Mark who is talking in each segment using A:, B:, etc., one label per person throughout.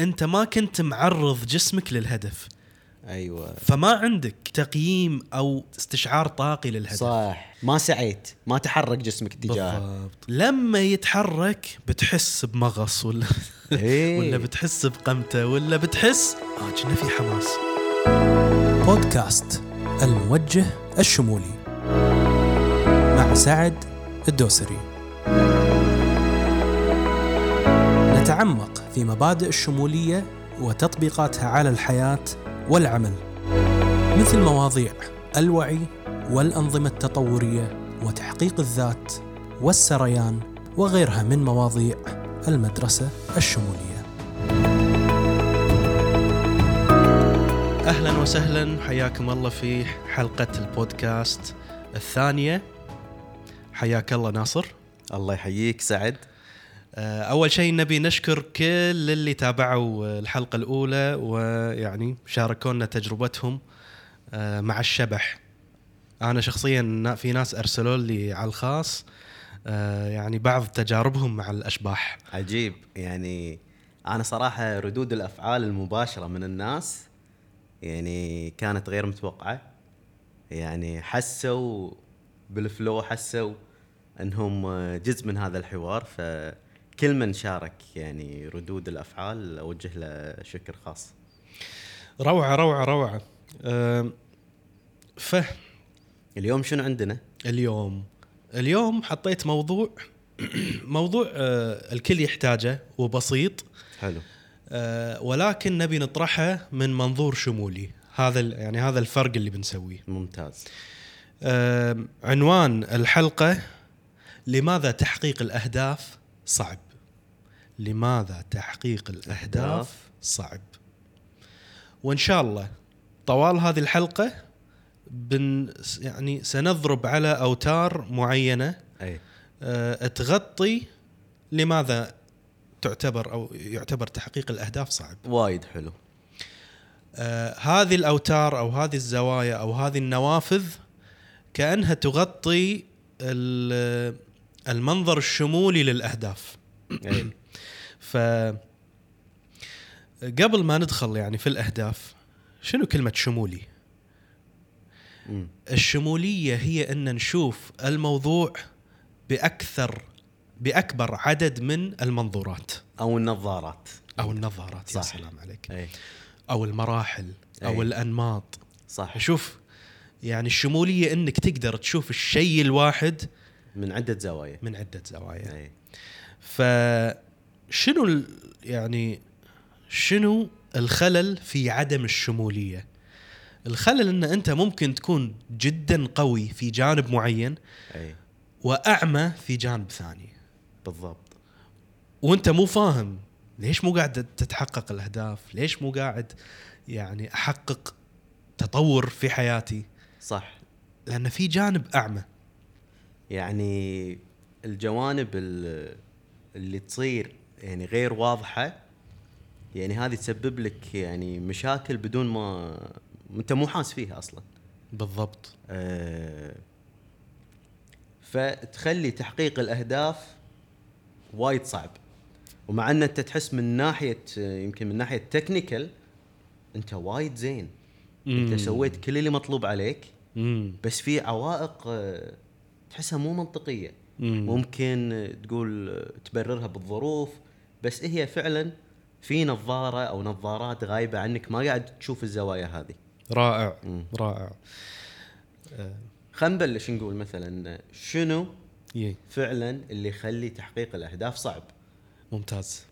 A: انت ما كنت معرض جسمك للهدف
B: ايوه
A: فما عندك تقييم او استشعار طاقي للهدف
B: صح ما سعيت ما تحرك جسمك تجاهه
A: بالضبط لما يتحرك بتحس بمغص ولا
B: إيه.
A: ولا بتحس بقمته ولا بتحس اه كنا في حماس
C: بودكاست الموجه الشمولي مع سعد الدوسري نتعمق في مبادئ الشموليه وتطبيقاتها على الحياه والعمل مثل مواضيع الوعي والانظمه التطوريه وتحقيق الذات والسريان وغيرها من مواضيع المدرسه الشموليه
A: اهلا وسهلا حياكم الله في حلقه البودكاست الثانيه حياك الله ناصر
B: الله يحييك سعد
A: آه، اول شيء نبي نشكر كل اللي تابعوا الحلقه الاولى ويعني شاركونا تجربتهم آه، مع الشبح انا شخصيا نا- في ناس ارسلوا لي على الخاص آه، يعني بعض تجاربهم مع الاشباح
B: عجيب يعني انا صراحه ردود الافعال المباشره من الناس يعني كانت غير متوقعه يعني حسوا بالفلو حسوا انهم جزء من هذا الحوار فكل من شارك يعني ردود الافعال اوجه له شكر خاص
A: روعه روعه روعه آه، فه
B: اليوم شنو عندنا
A: اليوم اليوم حطيت موضوع موضوع آه، الكل يحتاجه وبسيط
B: حلو
A: آه، ولكن نبي نطرحه من منظور شمولي هذا ال- يعني هذا الفرق اللي بنسويه
B: ممتاز
A: آه، عنوان الحلقة لماذا تحقيق الأهداف صعب لماذا تحقيق الأهداف
B: الأهداف
A: صعب وإن شاء الله طوال هذه الحلقة بن يعني سنضرب على أوتار معينة
B: اي
A: آه، تغطي لماذا تعتبر أو يعتبر تحقيق الأهداف صعب
B: وايد حلو
A: آه، هذه الاوتار او هذه الزوايا او هذه النوافذ كانها تغطي ال- المنظر الشمولي للاهداف
B: اي
A: ف قبل ما ندخل يعني في الاهداف شنو كلمه شمولي
B: أمم.
A: الشموليه هي ان نشوف الموضوع باكثر باكبر عدد من المنظورات
B: او النظارات
A: او النظارات يا
B: صح. إيه.
A: سلام عليك
B: اي
A: او المراحل او
B: أي.
A: الانماط
B: صح
A: شوف يعني الشموليه انك تقدر تشوف الشيء الواحد
B: من عده زوايا إيه.
A: من عده زوايا
B: اي
A: ف شنو ال- يعني شنو الخلل في عدم الشموليه الخلل ان انت ممكن تكون جدا قوي في جانب معين
B: اي
A: واعمى في جانب ثاني
B: بالضبط
A: وانت مو فاهم ليش مو قاعد تتحقق الاهداف ليش مو قاعد يعني احقق تطور في حياتي
B: صح
A: لان في جانب اعمى
B: يعني الجوانب ال- اللي تصير يعني غير واضحه يعني هذه تسبب لك يعني مشاكل بدون ما انت مو حاس فيها اصلا
A: بالضبط
B: آه، فتخلي تحقيق الاهداف وايد صعب ومع ان انت تحس من ناحيه آه، يمكن من ناحيه تكنيكال انت وايد زين انت سويت كل اللي مطلوب عليك
A: امم
B: بس في عوائق آه، تحسها مو منطقيه
A: مم.
B: ممكن آه، تقول آه، تبررها بالظروف بس هي فعلا في نظاره او نظارات غايبه عنك ما قاعد تشوف الزوايا هذه
A: رائع
B: مم.
A: رائع
B: خلينا نبلش نقول مثلا شنو
A: يي
B: فعلا اللي يخلي تحقيق الاهداف صعب
A: ممتاز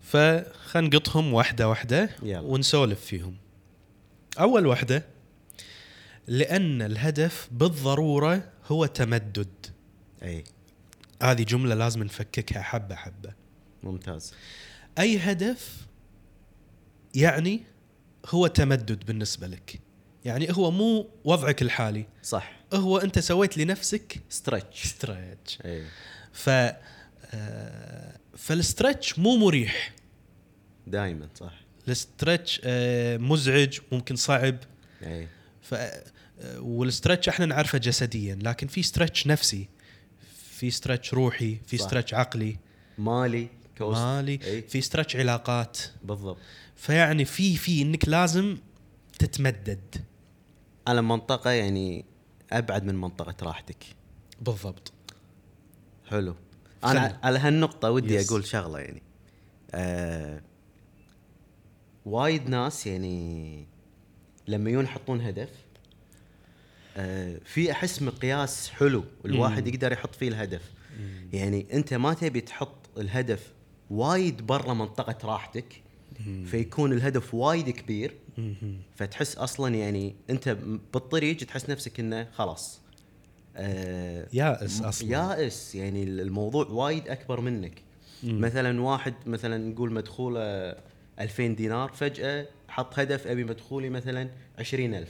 A: فخلينا نقطهم واحده واحده
B: يلا.
A: ونسولف فيهم اول واحده لان الهدف بالضروره هو تمدد
B: اي
A: هذه جمله لازم نفككها حبه حبه
B: ممتاز
A: اي هدف يعني هو تمدد بالنسبه لك يعني هو مو وضعك الحالي
B: صح
A: هو انت سويت لنفسك
B: ستريتش
A: ستريتش
B: اي
A: ف آه، فالستريتش مو مريح
B: دائما صح
A: الستريتش آه، مزعج ممكن صعب
B: اي
A: ف آه، والستريتش احنا نعرفه جسديا لكن في ستريتش نفسي في ستريتش روحي في
B: صح.
A: ستريتش عقلي
B: مالي كوست.
A: مالي
B: إي.
A: في ستريتش علاقات
B: بالضبط
A: فيعني في في انك لازم تتمدد
B: على منطقه يعني ابعد من منطقه راحتك
A: بالضبط
B: حلو انا
A: خل-
B: على هالنقطه ودي
A: يس.
B: اقول شغله يعني آه وايد ناس يعني لما يجون يحطون هدف آه في احس مقياس حلو الواحد
A: مم.
B: يقدر يحط فيه الهدف يعني انت ما تبي تحط الهدف وايد برا منطقه راحتك فيكون الهدف وايد كبير فتحس اصلا يعني انت بالطريق تحس نفسك انه خلاص آه
A: يائس أصلاً.
B: يائس يعني الموضوع وايد اكبر منك مثلا واحد مثلا نقول مدخوله 2000 دينار فجاه حط هدف ابي مدخولي مثلا 20000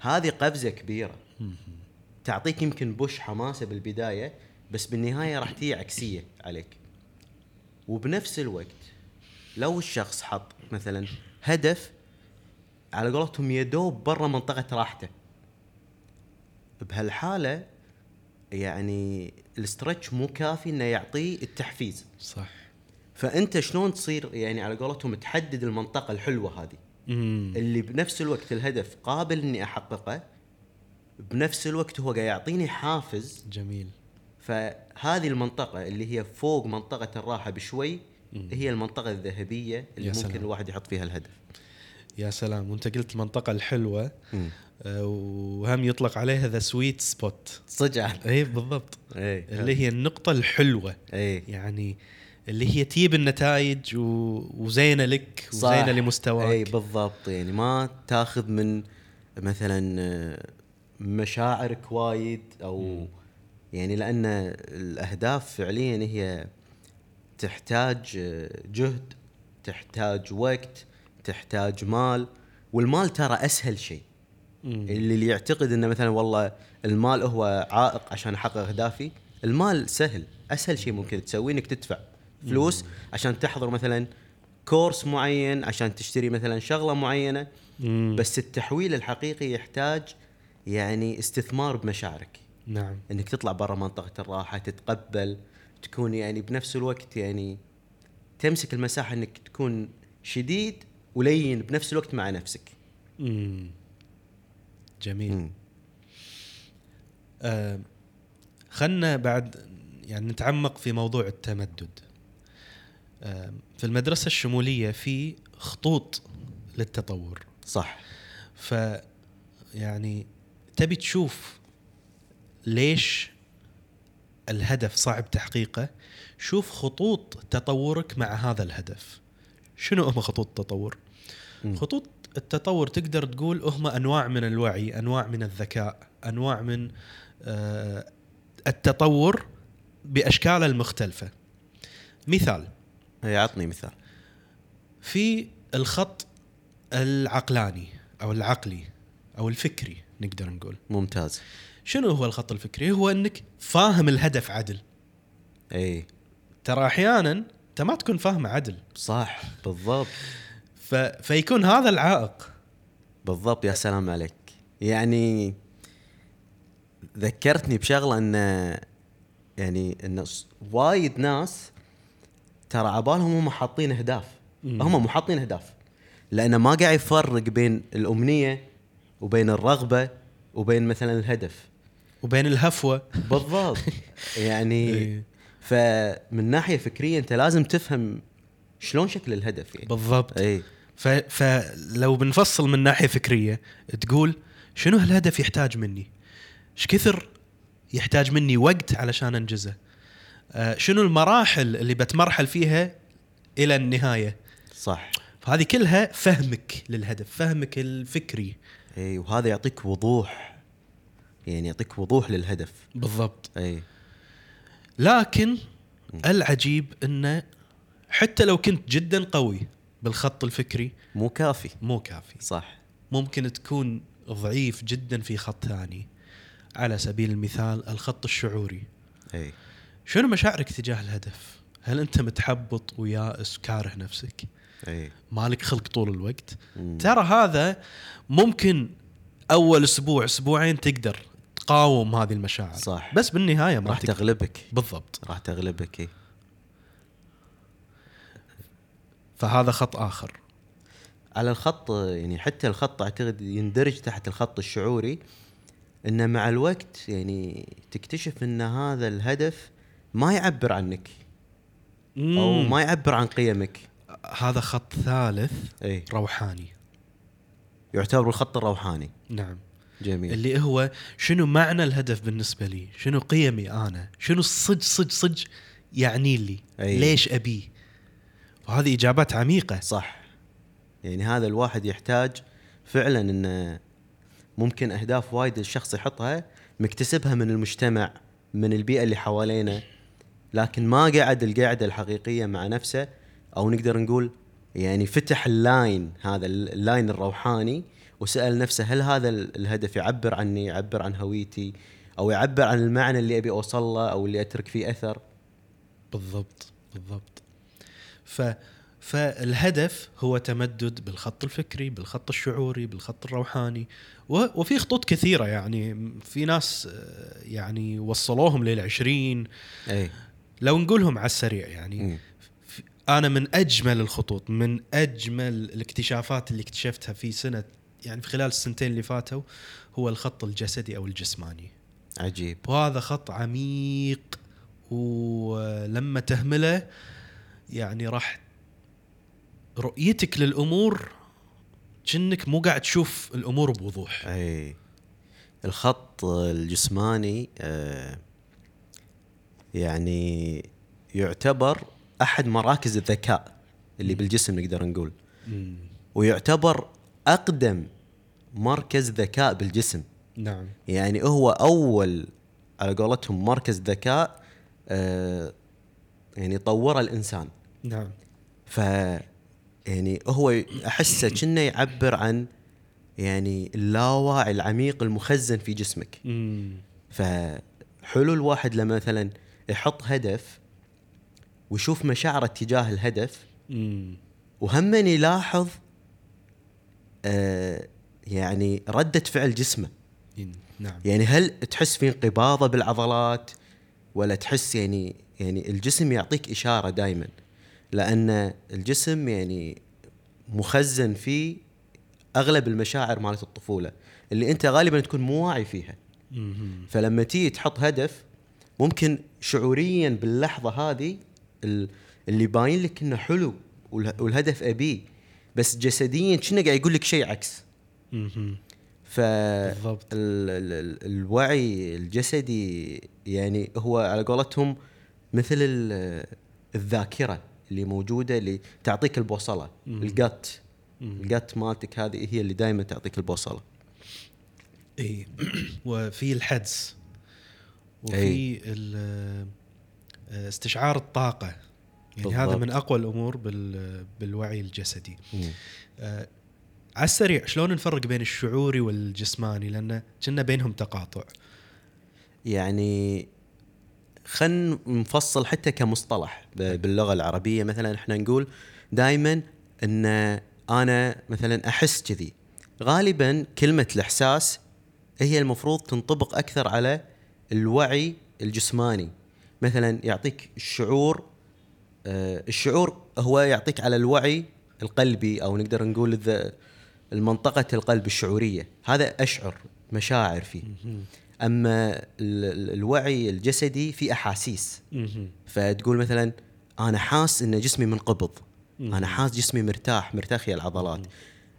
B: هذه قفزه كبيره تعطيك يمكن بوش حماسه بالبدايه بس بالنهايه راح تيجي عكسيه عليك وبنفس الوقت لو الشخص حط مثلا هدف على قولتهم يدوب برا منطقه راحته بهالحاله يعني الاسترتش مو كافي انه يعطيه التحفيز
A: صح
B: فانت شلون تصير يعني على قولتهم تحدد المنطقه الحلوه هذه اللي بنفس الوقت الهدف قابل اني احققه بنفس الوقت هو قاعد يعطيني حافز
A: جميل
B: فهذه المنطقه اللي هي فوق منطقه الراحه بشوي هي المنطقه الذهبيه اللي
A: يا
B: ممكن
A: سلام.
B: الواحد يحط فيها الهدف
A: يا سلام وانت قلت المنطقه الحلوه آه، وهم يطلق عليها ذا سويت سبوت
B: صدق
A: اي إيه، بالضبط
B: اي
A: اللي هي النقطه الحلوه
B: اي
A: يعني اللي هي تجيب النتائج و... وزينه لك
B: صح.
A: وزينه
B: اي
A: لمستواك
B: بالضبط يعني ما تاخذ من مثلا آه، مشاعرك وايد او يعني لان الاهداف فعليا هي تحتاج آه، جهد تحتاج وقت تحتاج مال والمال ترى اسهل شيء
A: مم.
B: اللي اللي يعتقد انه مثلا والله المال هو عائق عشان احقق اهدافي المال سهل اسهل شيء ممكن تسويه انك تدفع فلوس عشان تحضر مثلا كورس معين عشان تشتري مثلا شغله معينه
A: مم.
B: بس التحويل الحقيقي يحتاج يعني استثمار بمشاعرك
A: نعم
B: انك تطلع برا منطقه الراحه تتقبل تكون يعني بنفس الوقت يعني تمسك المساحه انك تكون شديد ولين بنفس الوقت مع نفسك
A: مم. جميل آه خلنا بعد يعني نتعمق في موضوع التمدد آه في المدرسة الشمولية في خطوط للتطور
B: صح
A: ف يعني تبي تشوف ليش الهدف صعب تحقيقه شوف خطوط تطورك مع هذا الهدف شنو هم خطوط التطور
B: مم.
A: خطوط التطور تقدر تقول هم انواع من الوعي انواع من الذكاء انواع من آه، التطور باشكاله المختلفه مثال
B: اي إيه، عطني مثال
A: في الخط العقلاني او العقلي او الفكري نقدر نقول
B: ممتاز
A: شنو هو الخط الفكري هو انك فاهم الهدف عدل
B: اي
A: ترى احيانا انت ما تكون فاهمه عدل
B: صح بالضبط
A: ف... فيكون هذا العائق
B: بالضبط يا سلام عليك يعني ذكرتني بشغله ان يعني ان س- وايد ناس ترى عبالهم هم حاطين اهداف
A: مم.
B: هم مو حاطين اهداف لانه ما قاعد يفرق بين الامنيه وبين الرغبه وبين مثلا الهدف
A: وبين الهفوه
B: بالضبط يعني
A: إيه.
B: فمن ناحيه فكريه انت لازم تفهم شلون شكل الهدف يعني
A: بالضبط
B: اي
A: ف... فلو بنفصل من ناحيه فكريه تقول شنو هالهدف يحتاج مني؟ ايش كثر يحتاج مني وقت علشان انجزه؟ آه شنو المراحل اللي بتمرحل فيها الى النهايه؟
B: صح
A: فهذه كلها فهمك للهدف، فهمك الفكري
B: اي إيه، وهذا يعطيك وضوح يعني يعطيك وضوح للهدف
A: بالضبط
B: اي
A: لكن العجيب انه حتى لو كنت جدا قوي بالخط الفكري
B: مو كافي
A: مو كافي
B: صح
A: ممكن تكون ضعيف جدا في خط ثاني على سبيل المثال الخط الشعوري
B: اي
A: شنو مشاعرك تجاه الهدف هل انت متحبط ويائس كاره نفسك
B: اي
A: مالك خلق طول الوقت
B: مم.
A: ترى هذا ممكن اول اسبوع اسبوعين تقدر تقاوم هذه المشاعر
B: صح.
A: بس بالنهايه ما
B: راح
A: تقدر
B: تغلبك إيه.
A: بالضبط
B: راح تغلبك اي
A: فهذا خط اخر
B: على الخط يعني حتى الخط اعتقد يندرج تحت الخط الشعوري انه مع الوقت يعني تكتشف ان هذا الهدف ما يعبر عنك او ما يعبر عن قيمك
A: هذا خط ثالث
B: اي
A: روحاني
B: يعتبر الخط الروحاني
A: نعم
B: جميل
A: اللي هو شنو معنى الهدف بالنسبه لي شنو قيمي انا شنو الصج صج صج يعني لي
B: أي.
A: ليش ابيه وهذه اجابات عميقه
B: صح يعني هذا الواحد يحتاج فعلا انه ممكن اهداف وايد الشخص يحطها مكتسبها من المجتمع من البيئه اللي حوالينا لكن ما قعد القعده الحقيقيه مع نفسه او نقدر نقول يعني فتح اللاين هذا ال- اللاين الروحاني وسال نفسه هل هذا ال- الهدف يعبر عني يعبر عن هويتي او يعبر عن المعنى اللي ابي اوصل له او اللي اترك فيه اثر
A: بالضبط بالضبط ف فالهدف هو تمدد بالخط الفكري بالخط الشعوري بالخط الروحاني و... وفي خطوط كثيرة يعني في ناس آه، يعني وصلوهم للعشرين
B: اي
A: لو نقولهم على السريع يعني في- أنا من أجمل الخطوط من أجمل الاكتشافات اللي اكتشفتها في سنة يعني في خلال السنتين اللي فاتوا هو الخط الجسدي أو الجسماني
B: عجيب
A: وهذا خط عميق ولما تهمله يعني راح رؤيتك للامور كأنك مو قاعد تشوف الامور بوضوح
B: اي الخط الجسماني آه، يعني يعتبر احد مراكز الذكاء اللي بالجسم نقدر نقول ويعتبر اقدم مركز ذكاء بالجسم
A: نعم
B: يعني هو اول على قولتهم مركز ذكاء آه، يعني طوره الانسان
A: نعم
B: ف يعني هو احسه كأنه يعبر عن يعني اللاوعي العميق المخزن في جسمك فحلو الواحد لما مثلا يحط هدف ويشوف مشاعره تجاه الهدف وهم يلاحظ آه يعني ردة فعل جسمه
A: نعم
B: يعني هل تحس في انقباضه بالعضلات ولا تحس يعني يعني الجسم يعطيك اشاره دائما لان الجسم يعني مخزن فيه اغلب المشاعر مالت الطفوله اللي انت غالبا تكون مو واعي فيها
A: مم.
B: فلما تيجي تحط هدف ممكن شعوريا باللحظه هذه ال- اللي باين لك انه حلو واله- والهدف ابيه بس جسديا كأنه قاعد يقول لك شيء عكس
A: مم.
B: ف
A: بالضبط.
B: ال- ال- ال- الوعي الجسدي يعني هو على قولتهم مثل ال- الذاكره اللي موجوده اللي تعطيك البوصله الجت الجت مالتك هذه هي اللي دائما تعطيك البوصله
A: اي إيه. وفي الحدس وفي
B: إيه.
A: ال- آه، استشعار الطاقه يعني هذا
B: بالضبط.
A: من اقوى الامور بال- بالوعي الجسدي آه، على السريع شلون نفرق بين الشعوري والجسماني لان كنا بينهم تقاطع
B: يعني خلينا نفصل حتى كمصطلح ب- باللغه العربيه مثلا احنا نقول دائما ان انا مثلا احس كذي غالبا كلمه الاحساس هي المفروض تنطبق اكثر على الوعي الجسماني مثلا يعطيك الشعور آه، الشعور هو يعطيك على الوعي القلبي او نقدر نقول الذ- المنطقه القلب الشعوريه هذا اشعر مشاعر فيه اما ال- ال- الوعي الجسدي في احاسيس فتقول مثلا انا حاس ان جسمي منقبض انا حاس جسمي مرتاح مرتاح يا العضلات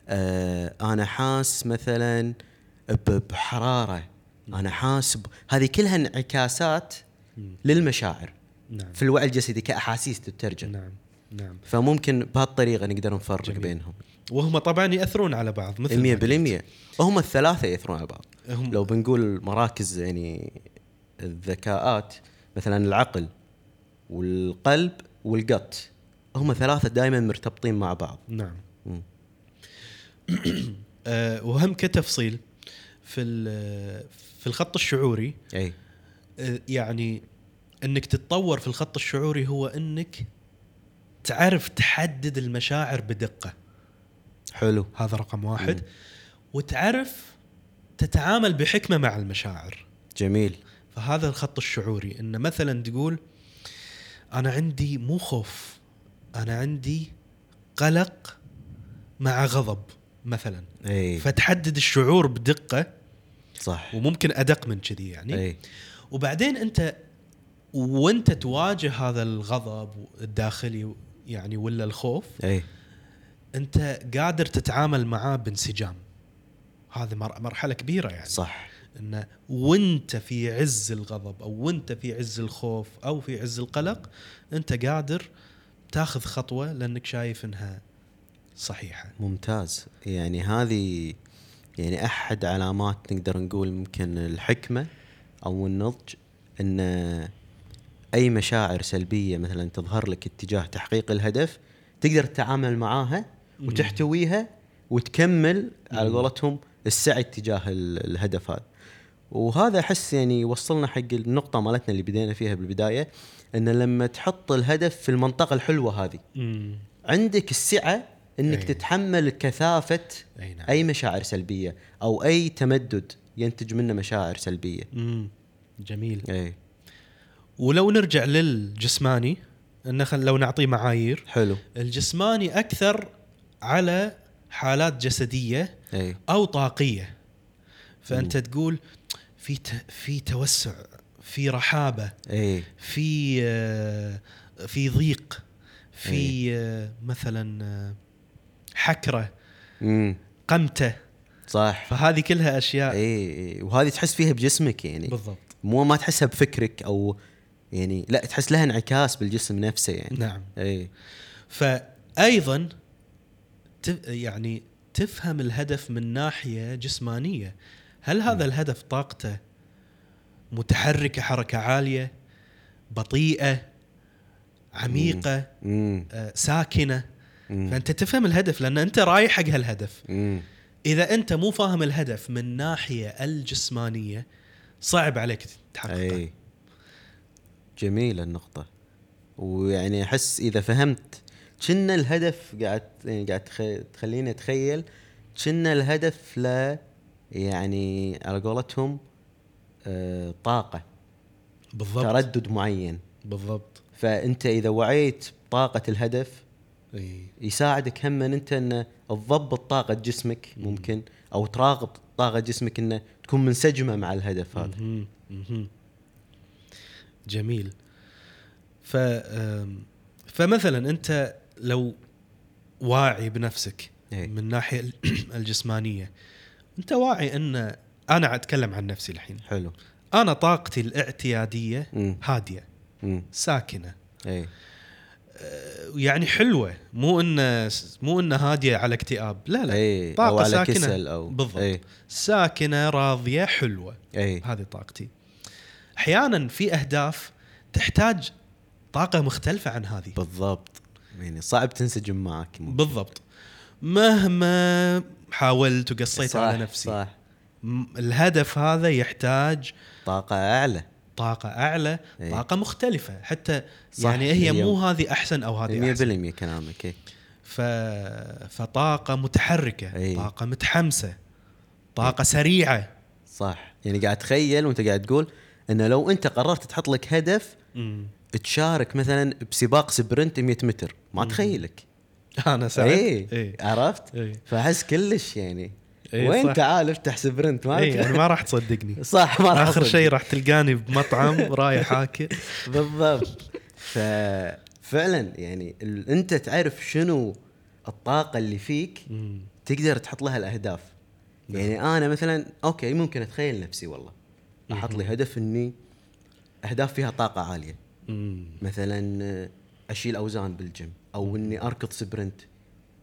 B: آه انا حاس مثلا ب- بحراره انا حاس ب- هذه كلها انعكاسات للمشاعر
A: نعم
B: في الوعي الجسدي كاحاسيس تترجم
A: نعم نعم
B: فممكن بهالطريقه نقدر نفرق
A: جميل.
B: بينهم
A: وهم طبعا ياثرون على بعض مثل ما
B: 100% هم الثلاثه ياثرون على بعض
A: قلت. هم
B: لو بنقول مراكز يعني الذكاءات مثلا العقل والقلب والقط هم ثلاثة دائما مرتبطين مع بعض
A: نعم
B: مم.
A: آه، وهم كتفصيل في ال- في الخط الشعوري
B: اي
A: آه، يعني انك تتطور في الخط الشعوري هو انك تعرف تحدد المشاعر بدقه
B: حلو
A: هذا رقم واحد
B: مم.
A: وتعرف تتعامل بحكمه مع المشاعر
B: جميل
A: فهذا الخط الشعوري ان مثلا تقول انا عندي مو خوف انا عندي قلق مع غضب مثلا
B: اي
A: فتحدد الشعور بدقه
B: إيه. صح إيه.
A: وممكن ادق من كذي يعني
B: اي
A: وبعدين انت وانت تواجه هذا الغضب الداخلي يعني ولا الخوف
B: اي
A: انت قادر تتعامل معاه بانسجام هذه مر- مرحله كبيره يعني
B: صح
A: انه وانت في عز الغضب او وانت في عز الخوف او في عز القلق انت قادر تاخذ خطوه لانك شايف انها صحيحه
B: ممتاز يعني هذه يعني احد علامات نقدر نقول ممكن الحكمه او النضج ان اي مشاعر سلبيه مثلا تظهر لك اتجاه تحقيق الهدف تقدر تتعامل معاها
A: مم.
B: وتحتويها وتكمل على
A: مم.
B: قولتهم السعي اتجاه ال- الهدف هذا وهذا احس يعني وصلنا حق النقطه مالتنا اللي بدينا فيها بالبدايه ان لما تحط الهدف في المنطقه الحلوه هذه
A: امم
B: عندك السعه انك
A: أي.
B: أيه. تتحمل كثافه
A: اي نعم
B: اي مشاعر سلبيه او اي تمدد ينتج منه مشاعر إيه. سلبيه
A: امم جميل
B: اي
A: ولو نرجع للجسماني انه خل- لو نعطيه معايير
B: حلو
A: الجسماني اكثر على حالات جسديه
B: اي
A: او طاقيه فانت تقول في ت- في توسع في رحابه
B: اي
A: في آه، في ضيق في آه، مثلا آه، حكره
B: امم
A: قمته
B: صح
A: فهذه كلها
B: إيه.
A: اشياء
B: اي إي. وهذه تحس فيها بجسمك يعني
A: بالضبط
B: مو ما تحسها بفكرك او يعني لا تحس لها انعكاس بالجسم نفسه يعني
A: نعم
B: اي
A: فايضا تف- يعني تفهم الهدف من ناحيه جسمانيه هل هذا الهدف طاقته متحركه حركه عاليه بطيئه عميقه
B: امم
A: آه، ساكنه
B: أمم.
A: فانت تفهم الهدف لان انت رايح حق هالهدف
B: امم
A: اذا انت مو فاهم الهدف من ناحيه الجسمانيه صعب عليك تحققه
B: اي جميلة إيه. النقطة ويعني احس اذا فهمت كنا الهدف قاعد يعني قاعد تخ- تخليني اتخيل كنا الهدف ل يعني على قولتهم آه، طاقة
A: بالضبط
B: تردد معين
A: بالضبط
B: فانت اذا وعيت بطاقة الهدف
A: اي
B: يساعدك هم ان انت ان تضبط طاقة جسمك ممكن او تراقب طاقة جسمك انه تكون منسجمة مع الهدف هذا
A: مهم. مهم. جميل ف أم، فمثلا انت لو واعي بنفسك
B: إي.
A: من الناحيه ال- الجسمانيه انت واعي ان انا اتكلم عن نفسي الحين
B: حلو
A: انا طاقتي الاعتياديه
B: مم. إيه.
A: هاديه
B: امم
A: ساكنه
B: اي
A: يعني حلوه مو ان مو ان هاديه على اكتئاب لا لا
B: اي
A: طاقه
B: او إيه، على
A: ساكنه
B: كسل إيه، او
A: بالضبط
B: اي
A: ساكنه راضيه حلوه
B: اي
A: هذه طاقتي احيانا في اهداف تحتاج طاقه مختلفه عن هذه
B: بالضبط يعني صعب تنسجم معك
A: بالضبط مهما حاولت وقصيت على نفسي صح.
B: صح
A: الهدف هذا يحتاج
B: طاقة اعلى
A: طاقه اعلى
B: إي.
A: طاقه مختلفه حتى
B: إيه. صح،
A: يعني هي
B: هي-
A: مو هذه احسن او
B: 100%
A: هذه احسن
B: كلامك إيه. اي
A: ف... فطاقة متحركة
B: أي.
A: طاقة متحمسة طاقة سريعة
B: صح يعني قاعد تخيل وانت قاعد تقول انه لو انت قررت تحط لك هدف تشارك مثلا بسباق سبرنت 100 متر ما تخيلك
A: أنا سعد
B: اي
A: أي.
B: عرفت؟
A: إي.
B: فاحس كلش يعني
A: إي،
B: وين
A: إيه. صح.
B: تعال افتح سبرنت ما
A: أي. يعني
B: لك-
A: ما راح تصدقني
B: صح ما راح
A: آخر
B: أصدق.
A: شيء راح تلقاني بمطعم رايح آكل
B: بالضبط ففعلا يعني ال- انت تعرف شنو الطاقه اللي فيك
A: مم.
B: تقدر تحط لها الاهداف يعني
A: نعم.
B: انا مثلا اوكي ممكن اتخيل نفسي والله احط لي هدف اني اهداف فيها طاقه عاليه
A: مم.
B: مثلا آه، اشيل اوزان بالجيم او اني اركض سبرنت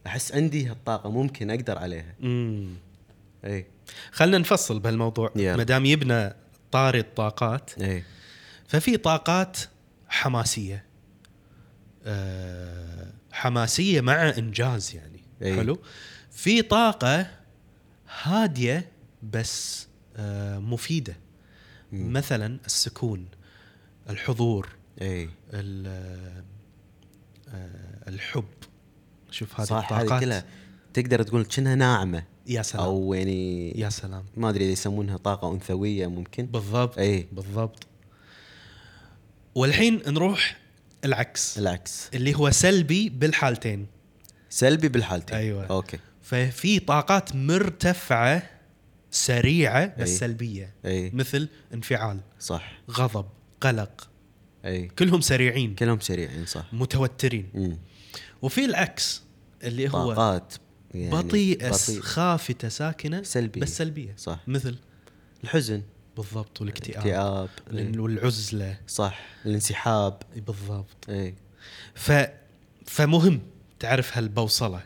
B: احس عندي هالطاقه ممكن اقدر عليها إيه.
A: مم.
B: اي
A: خلنا نفصل بهالموضوع
B: يلا.
A: ما دام يبنى طاري الطاقات
B: اي
A: ففي طاقات حماسية أه حماسية مع إنجاز يعني
B: أي.
A: حلو في طاقة هادية بس أه مفيدة
B: مم.
A: مثلا السكون الحضور
B: اي
A: ال- آه، آه، الحب شوف هذه
B: صح
A: الطاقات
B: هذه كلها تقدر تقول كأنها ناعمه
A: يا سلام أو
B: او يعني
A: يا سلام
B: ما ادري اذا يسمونها طاقه انثويه ممكن
A: بالضبط
B: أي.
A: بالضبط والحين نروح العكس
B: العكس
A: اللي هو سلبي بالحالتين
B: سلبي بالحالتين
A: أيوة.
B: اوكي
A: ففي طاقات مرتفعه سريعه بس
B: أي.
A: سلبيه
B: اي
A: مثل انفعال
B: صح
A: غضب قلق
B: اي
A: كلهم سريعين
B: كلهم سريعين يعني، صح
A: متوترين
B: مم.
A: وفي العكس اللي هو
B: طاقات يعني
A: بطيئه خافته ساكنه
B: سلبية.
A: بس سلبيه
B: صح
A: مثل
B: الحزن
A: بالضبط والاكتئاب
B: اكتئاب إي.
A: والعزله
B: صح الانسحاب
A: إيه، بالضبط
B: اي
A: ف فمهم تعرف هالبوصله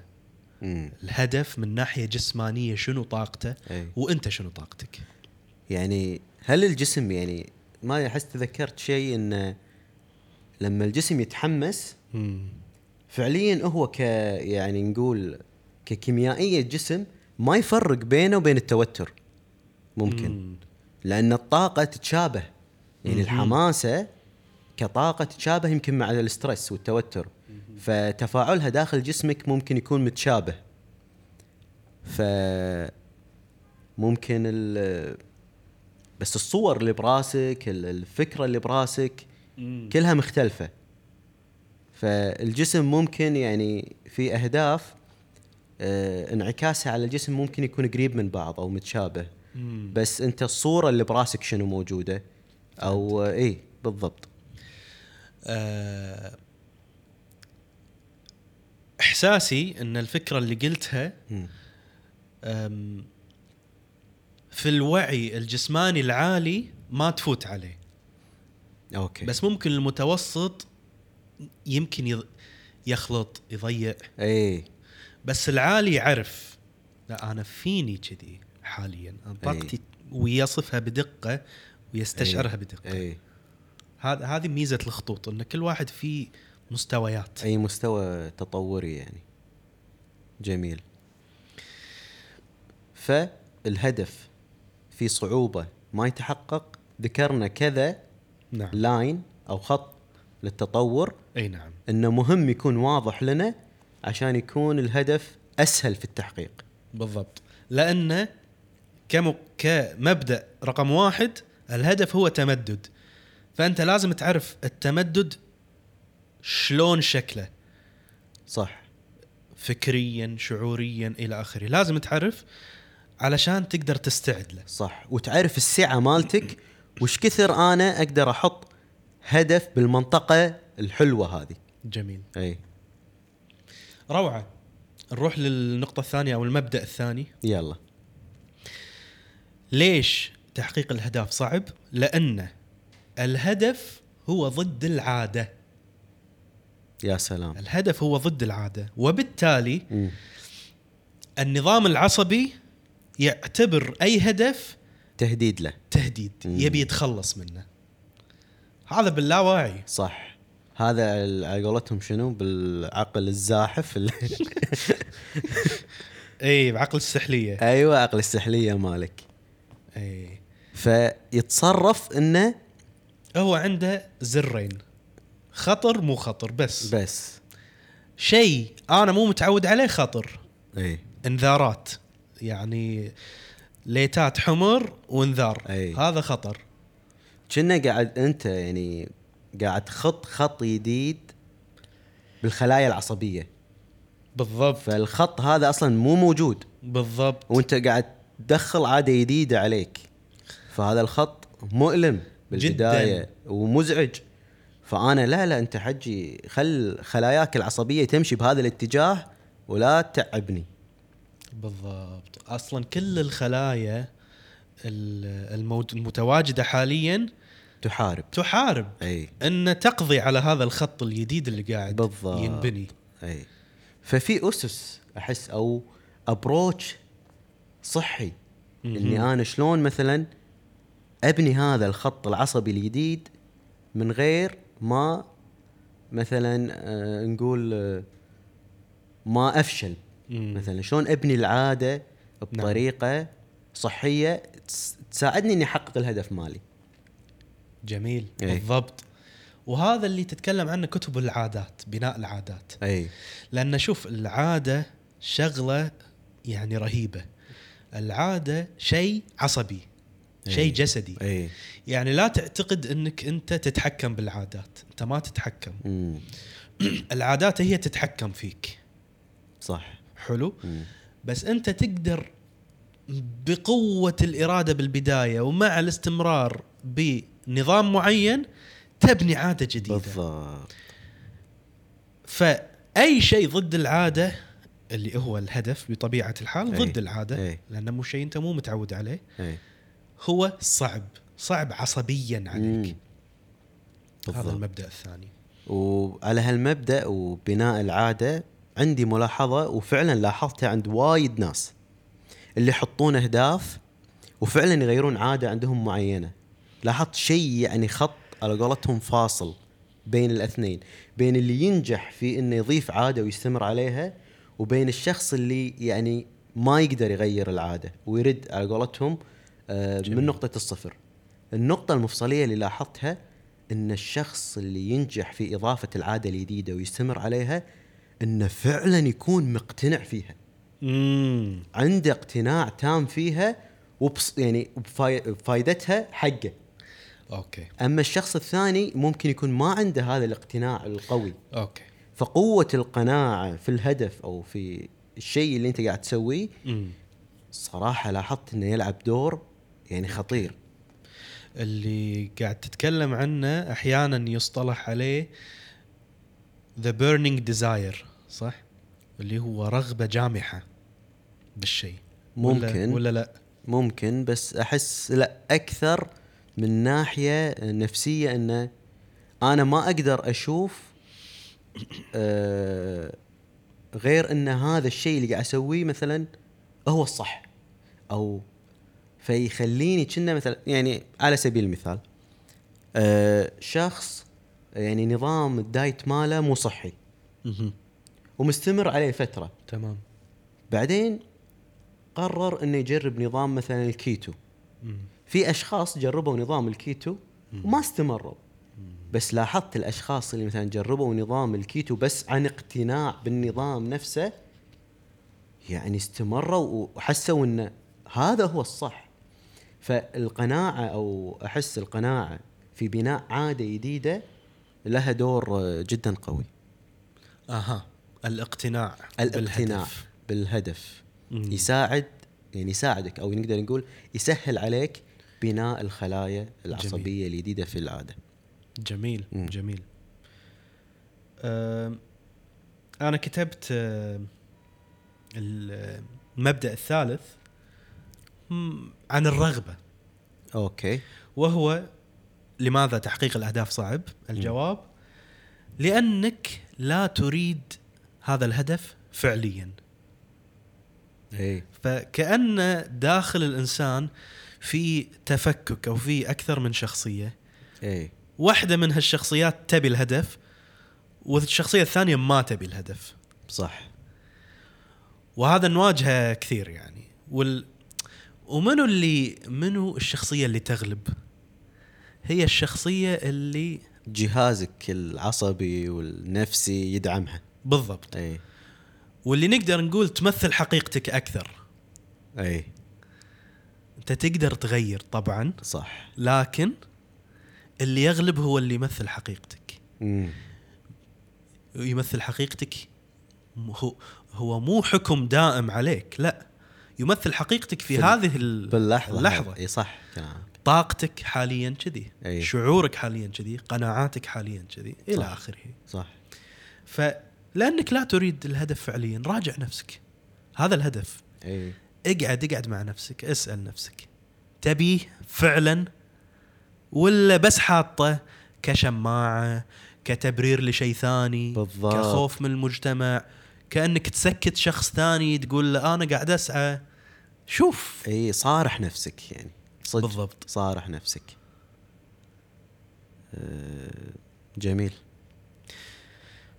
B: مم.
A: الهدف من ناحيه جسمانيه شنو طاقته
B: اي
A: وانت شنو طاقتك
B: يعني هل الجسم يعني ما احس تذكرت شيء انه لما الجسم يتحمس
A: مم.
B: فعليا هو ك يعني نقول ككيميائيه الجسم ما يفرق بينه وبين التوتر ممكن
A: مم.
B: لان الطاقه تتشابه يعني
A: مم.
B: الحماسه كطاقه تتشابه يمكن مع الاسترس والتوتر فتفاعلها داخل جسمك ممكن يكون متشابه ف ممكن ال بس الصور اللي براسك ال- الفكره اللي براسك
A: مم.
B: كلها مختلفة فالجسم ممكن يعني في أهداف آه، انعكاسها على الجسم ممكن يكون قريب من بعض أو متشابه
A: مم.
B: بس أنت الصورة اللي براسك شنو موجودة أو آه، إيه بالضبط
A: آه، احساسي ان الفكره اللي قلتها
B: مم.
A: أم، في الوعي الجسماني العالي ما تفوت عليه
B: أوكي
A: بس ممكن المتوسط يمكن يض- يخلط يضيع
B: إيه
A: بس العالي يعرف لا انا فيني كذي حاليا أنا
B: إيه.
A: طاقتي ويصفها بدقه ويستشعرها بدقه
B: إيه
A: هذا هذه ميزه الخطوط ان كل واحد فيه مستويات
B: أي مستوى تطوري يعني جميل فالهدف في صعوبة ما يتحقق ذكرنا كذا
A: نعم
B: لاين او خط للتطور
A: اي نعم
B: انه مهم يكون واضح لنا عشان يكون الهدف اسهل في التحقيق.
A: بالضبط لأن كم كمبدأ رقم واحد الهدف هو تمدد فأنت لازم تعرف التمدد شلون شكله
B: صح
A: فكريا شعوريا إلى آخره لازم تعرف علشان تقدر تستعد له
B: صح وتعرف السعه مالتك وش كثر انا اقدر احط هدف بالمنطقه الحلوه هذه. إيه،
A: جميل
B: اي
A: روعة نروح للنقطة الثانية أو المبدأ الثاني
B: يلا
A: ليش تحقيق الأهداف صعب؟ لأن الهدف هو ضد العادة
B: يا سلام.
A: الهدف هو ضد العادة وبالتالي
B: مم.
A: النظام العصبي يعتبر اي هدف
B: تهديد له
A: تهديد
B: مم.
A: يبي يتخلص منه هذا باللاواعي
B: صح هذا ال- على قولتهم شنو بالعقل الزاحف اللي-
A: اي إيه، بعقل السحليه
B: ايوه عقل السحليه مالك
A: اي
B: فيتصرف انه
A: هو عنده زرين خطر مو خطر بس, بس.
B: بس
A: شيء انا مو متعود عليه خطر
B: اي
A: انذارات يعني ليتات حمر وانذار
B: أي.
A: هذا خطر
B: كنا قاعد انت يعني قاعد تخط خط جديد بالخلايا العصبيه
A: بالضبط
B: فالخط هذا اصلا مو موجود
A: بالضبط
B: وانت قاعد تدخل عاده جديده عليك فهذا الخط مؤلم بالبدايه
A: جداً.
B: ومزعج فانا لا لا انت حجي خل خلاياك العصبيه تمشي بهذا الاتجاه ولا تتعبني
A: بالضبط اصلا كل الخلايا ال- الموج- المتواجده حاليا
B: تحارب
A: تحارب
B: اي
A: ان تقضي على هذا الخط الجديد اللي قاعد
B: بالضبط.
A: ينبني
B: اي ففي اسس احس او ابروتش صحي اني انا شلون مثلا ابني هذا الخط العصبي الجديد من غير ما مثلا آه نقول آه ما افشل
A: مثلا
B: مثلا شلون ابني العاده بطريقه صحيه تس- تساعدني اني احقق الهدف مالي
A: جميل
B: إيه.
A: بالضبط وهذا اللي تتكلم عنه كتب العادات بناء العادات
B: اي
A: لان شوف العاده شغله يعني رهيبه العاده شيء عصبي شيء
B: إيه.
A: جسدي
B: اي
A: يعني لا تعتقد انك انت تتحكم بالعادات انت ما تتحكم
B: أمم،
A: العادات هي تتحكم فيك
B: صح
A: حلو
B: مم.
A: بس انت تقدر بقوه الاراده بالبدايه ومع الاستمرار بنظام معين تبني عاده جديده
B: بالضبط
A: فاي شيء ضد العاده اللي هو الهدف بطبيعه الحال
B: أي.
A: ضد العاده
B: أي.
A: لانه مو شيء انت مو متعود عليه
B: اي
A: هو صعب صعب عصبيا عليك
B: مم.
A: هذا
B: بالضبط
A: المبدا الثاني
B: وعلى هالمبدا وبناء العاده عندي ملاحظه وفعلا لاحظتها عند وايد ناس اللي يحطون اهداف وفعلا يغيرون عاده عندهم معينه لاحظت شيء يعني خط على قولتهم فاصل بين الاثنين بين اللي ينجح في انه يضيف عاده ويستمر عليها وبين الشخص اللي يعني ما يقدر يغير العاده ويرد على قولتهم آه، من
A: جميل.
B: نقطه الصفر النقطة المفصلية اللي لاحظتها ان الشخص اللي ينجح في اضافة العادة الجديدة ويستمر عليها انه فعلا يكون مقتنع فيها،
A: امم
B: عنده اقتناع تام فيها وبص يعني وبفاي- بفايدتها حقه،
A: اوكي
B: اما الشخص الثاني ممكن يكون ما عنده هذا الاقتناع القوي،
A: اوكي
B: فقوة القناعة في الهدف او في الشيء اللي انت قاعد تسويه
A: امم
B: صراحة لاحظت انه يلعب دور يعني خطير.
A: اللي قاعد تتكلم عنه احيانا يصطلح عليه ذا بيرنينج ديزاير صح اللي هو رغبه جامحه بالشيء
B: ممكن
A: ولا, ولا لا
B: ممكن بس احس لا اكثر من ناحيه نفسيه انه انا ما اقدر اشوف آه، غير ان هذا الشيء اللي قاعد اسويه مثلا هو الصح او فيخليني كنا مثلا يعني على سبيل المثال آه، شخص يعني نظام الدايت ماله مو صحي
A: مهم.
B: ومستمر عليه فتره
A: تمام
B: بعدين قرر انه يجرب نظام مثلا الكيتو
A: مم.
B: في اشخاص جربوا نظام الكيتو وما استمروا بس لاحظت الاشخاص اللي مثلا جربوا نظام الكيتو بس عن اقتناع بالنظام نفسه يعني استمروا وحسوا ان هذا هو الصح فالقناعه او احس القناعه في بناء عاده جديده لها دور آه، جدا قوي
A: اها الاقتناع
B: الاقتناع
A: بالهدف.
B: بالهدف
A: مم.
B: يساعد يعني يساعدك او نقدر نقول يسهل عليك بناء الخلايا العصبيه الجديده في العاده.
A: جميل
B: مم.
A: جميل أم، انا كتبت أم، ال- المبدا الثالث مم، عن الرغبه
B: اوكي
A: وهو لماذا تحقيق الاهداف صعب؟ الجواب لانك لا تريد هذا الهدف فعليا
B: اي
A: إيه. فكأن داخل الانسان في تفكك او في اكثر من شخصيه
B: اي
A: واحده من هالشخصيات تبي الهدف والشخصيه الثانيه ما تبي الهدف
B: صح
A: وهذا نواجهه كثير يعني وال ومنو اللي منو الشخصيه اللي تغلب هي الشخصيه اللي
B: جهازك العصبي والنفسي يدعمها. إيه.
A: بالضبط
B: اي
A: واللي نقدر نقول تمثل حقيقتك اكثر
B: اي
A: انت تقدر تغير طبعا
B: صح
A: لكن اللي يغلب هو اللي يمثل حقيقتك
B: امم
A: يمثل حقيقتك م- هو هو مو حكم دائم عليك لا يمثل حقيقتك في
B: في-
A: هذه ال-
B: باللحظه
A: اللحظه
B: اي إيه، صح كلامك
A: طاقتك حاليا كذي
B: أي.
A: شعورك حاليا كذي قناعاتك حاليا كذي الى
B: صح.
A: اخره
B: صح
A: فلانك لا تريد الهدف فعليا راجع نفسك هذا الهدف
B: اي
A: اقعد اقعد مع نفسك اسال نفسك تبيه فعلا ولا بس حاطه كشماعه كتبرير لشيء ثاني
B: بالضبط.
A: كخوف من المجتمع كانك تسكت شخص ثاني تقول له انا قاعد اسعى شوف
B: اي إيه، صارح نفسك يعني صدق
A: إيه. بالضبط.
B: صارح نفسك آه، جميل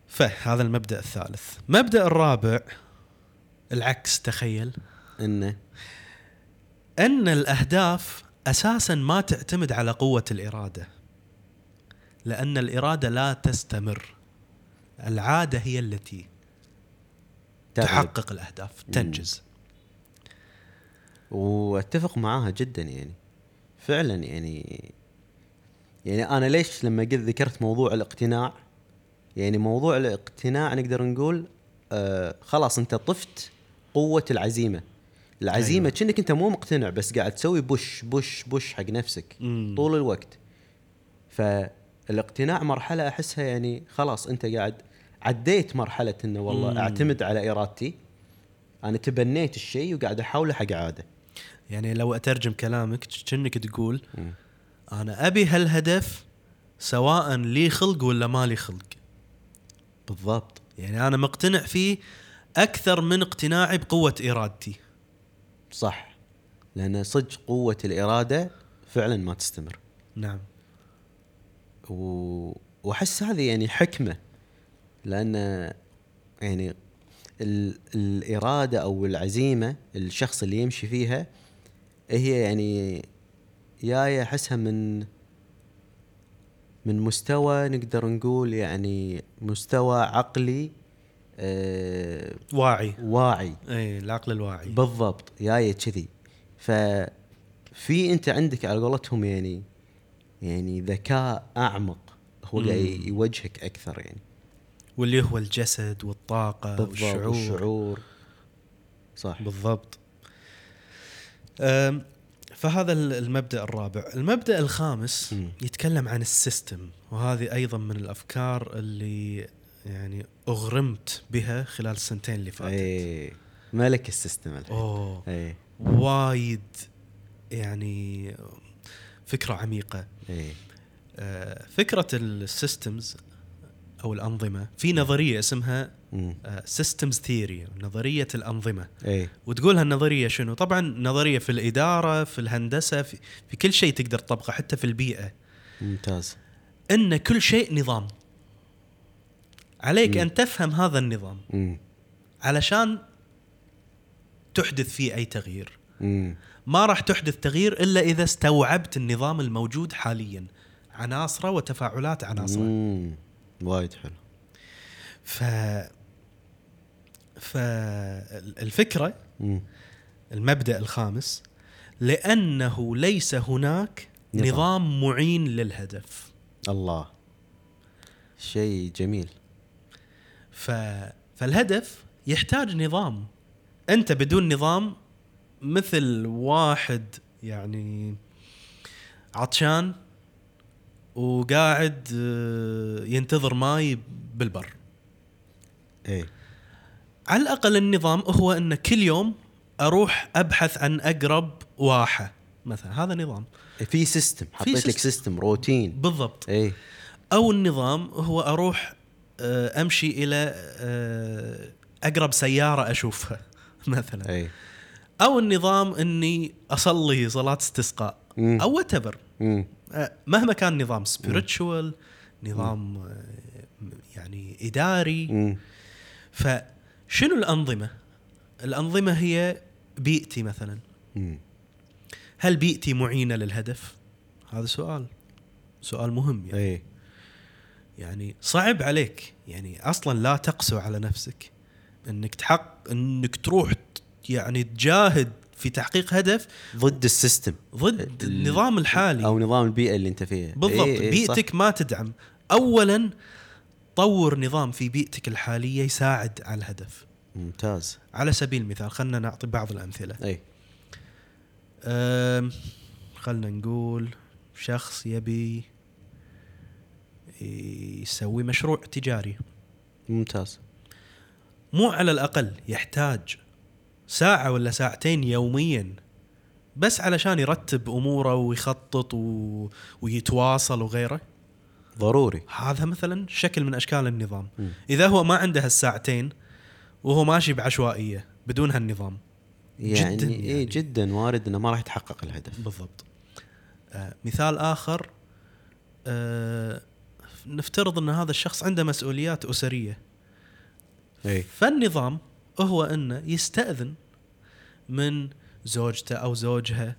A: فهذا المبدا الثالث مبدا الرابع العكس تخيل
B: انه
A: ان الاهداف اساسا ما تعتمد على قوه الاراده لان الاراده لا تستمر العاده هي التي
B: تعب.
A: تحقق الاهداف تنجز
B: واتفق معاها جدا يعني فعلا يعني يعني انا ليش لما قلت ذكرت موضوع الاقتناع يعني موضوع الاقتناع نقدر نقول آه خلاص انت طفت قوه العزيمه العزيمه كأنك انت مو مقتنع بس قاعد تسوي بوش بوش بوش حق نفسك
A: مم.
B: طول الوقت فالاقتناع مرحله احسها يعني خلاص انت قاعد عديت مرحله انه والله
A: مم.
B: اعتمد على ارادتي انا تبنيت الشيء وقاعد احوله حق عاده
A: يعني لو اترجم كلامك كأنك تقول انا ابي هالهدف سواء لي خلق ولا ما لي خلق
B: بالضبط
A: يعني انا مقتنع فيه اكثر من اقتناعي بقوه ارادتي
B: صح لان صدق قوه الاراده فعلا ما تستمر
A: نعم
B: و... واحس هذه يعني حكمه لان يعني ال... الاراده او العزيمه الشخص اللي يمشي فيها هي يعني جايه احسها من من مستوى نقدر نقول يعني مستوى عقلي آه
A: واعي
B: واعي
A: اي العقل الواعي
B: بالضبط جايه كذي ف في انت عندك على قولتهم يعني يعني ذكاء اعمق هو
A: مم.
B: قاعد يوجهك اكثر يعني
A: واللي هو الجسد والطاقه
B: بالضبط
A: والشعور
B: الشعور صح
A: بالضبط أم، فهذا ال- المبدا الرابع المبدا الخامس
B: مم.
A: يتكلم عن السيستم وهذه ايضا من الافكار اللي يعني اغرمت بها خلال السنتين اللي فاتت
B: اي إيه. ملك السيستم الحين إيه،
A: اوه
B: اي
A: وايد يعني فكره عميقه
B: اي
A: أه، فكره السيستمز او الانظمه في نظريه اسمها أه،
B: مم.
A: سيستمز ثيوري نظريه الانظمه
B: اي
A: وتقول هالنظريه شنو؟ طبعا نظريه في الاداره، في الهندسه، في, في كل شيء تقدر تطبقه حتى في البيئه،
B: ممتاز
A: ان كل شيء نظام. عليك
B: مم.
A: ان تفهم هذا النظام
B: مم.
A: علشان تحدث فيه اي تغيير.
B: مم.
A: ما راح تحدث تغيير الا اذا استوعبت النظام الموجود حاليا، عناصره وتفاعلات عناصره.
B: مم. وايد حلو
A: ف فالفكره
B: مم.
A: المبدا الخامس لانه ليس هناك
B: نظام.
A: نظام, نظام معين للهدف
B: الله شيء جميل
A: ف... فالهدف يحتاج نظام انت بدون نظام مثل واحد يعني عطشان وقاعد آه، ينتظر ماي بالبر
B: اي
A: على الاقل النظام هو ان كل يوم اروح ابحث عن اقرب واحه مثلا هذا نظام
B: في سيستم حطيت لك
A: سيستم.
B: سيستم روتين إيه،
A: بالضبط
B: اي
A: او النظام هو اروح آه، امشي الى آه، اقرب سياره اشوفها مثلا
B: اي
A: او النظام اني اصلي صلاه استسقاء
B: مم.
A: او وتبر
B: مم.
A: مهما كان نظام سبيريتشوال نظام آه، يعني اداري
B: مم.
A: فشنو الانظمه؟ الانظمه هي بيئتي مثلا
B: مم.
A: هل بيئتي معينه للهدف؟ هذا سؤال سؤال مهم يعني
B: اي
A: يعني صعب عليك يعني اصلا لا تقسو على نفسك انك تحق انك تروح ت- يعني تجاهد في تحقيق هدف
B: ضد السيستم
A: ضد
B: ال- إيه،
A: النظام الحالي
B: او نظام البيئه اللي انت فيها
A: بالضبط
B: إي، إي،
A: بيئتك ما تدعم اولا طور نظام في بيئتك الحاليه يساعد على الهدف
B: صح. ممتاز إيه.
A: على سبيل المثال خلنا نعطي بعض الامثله
B: اي
A: أم، خلنا نقول شخص يبي يسوي مشروع تجاري
B: ممتاز
A: مو على الأقل يحتاج ساعة ولا ساعتين يوميا بس علشان يرتب أموره ويخطط و... ويتواصل وغيره
B: ضروري
A: هذا مثلا شكل من أشكال النظام
B: مم.
A: إذا هو ما عنده هالساعتين وهو ماشي بعشوائية بدون هالنظام
B: يعني
A: جداً
B: جدا
A: يعني.
B: اي جدا وارد انه ما راح يتحقق الهدف
A: بالضبط آه مثال آخر آه نفترض أن هذا الشخص عنده مسؤوليات أسرية إيه.
B: اي
A: فالنظام هو انه يستاذن من زوجته او زوجها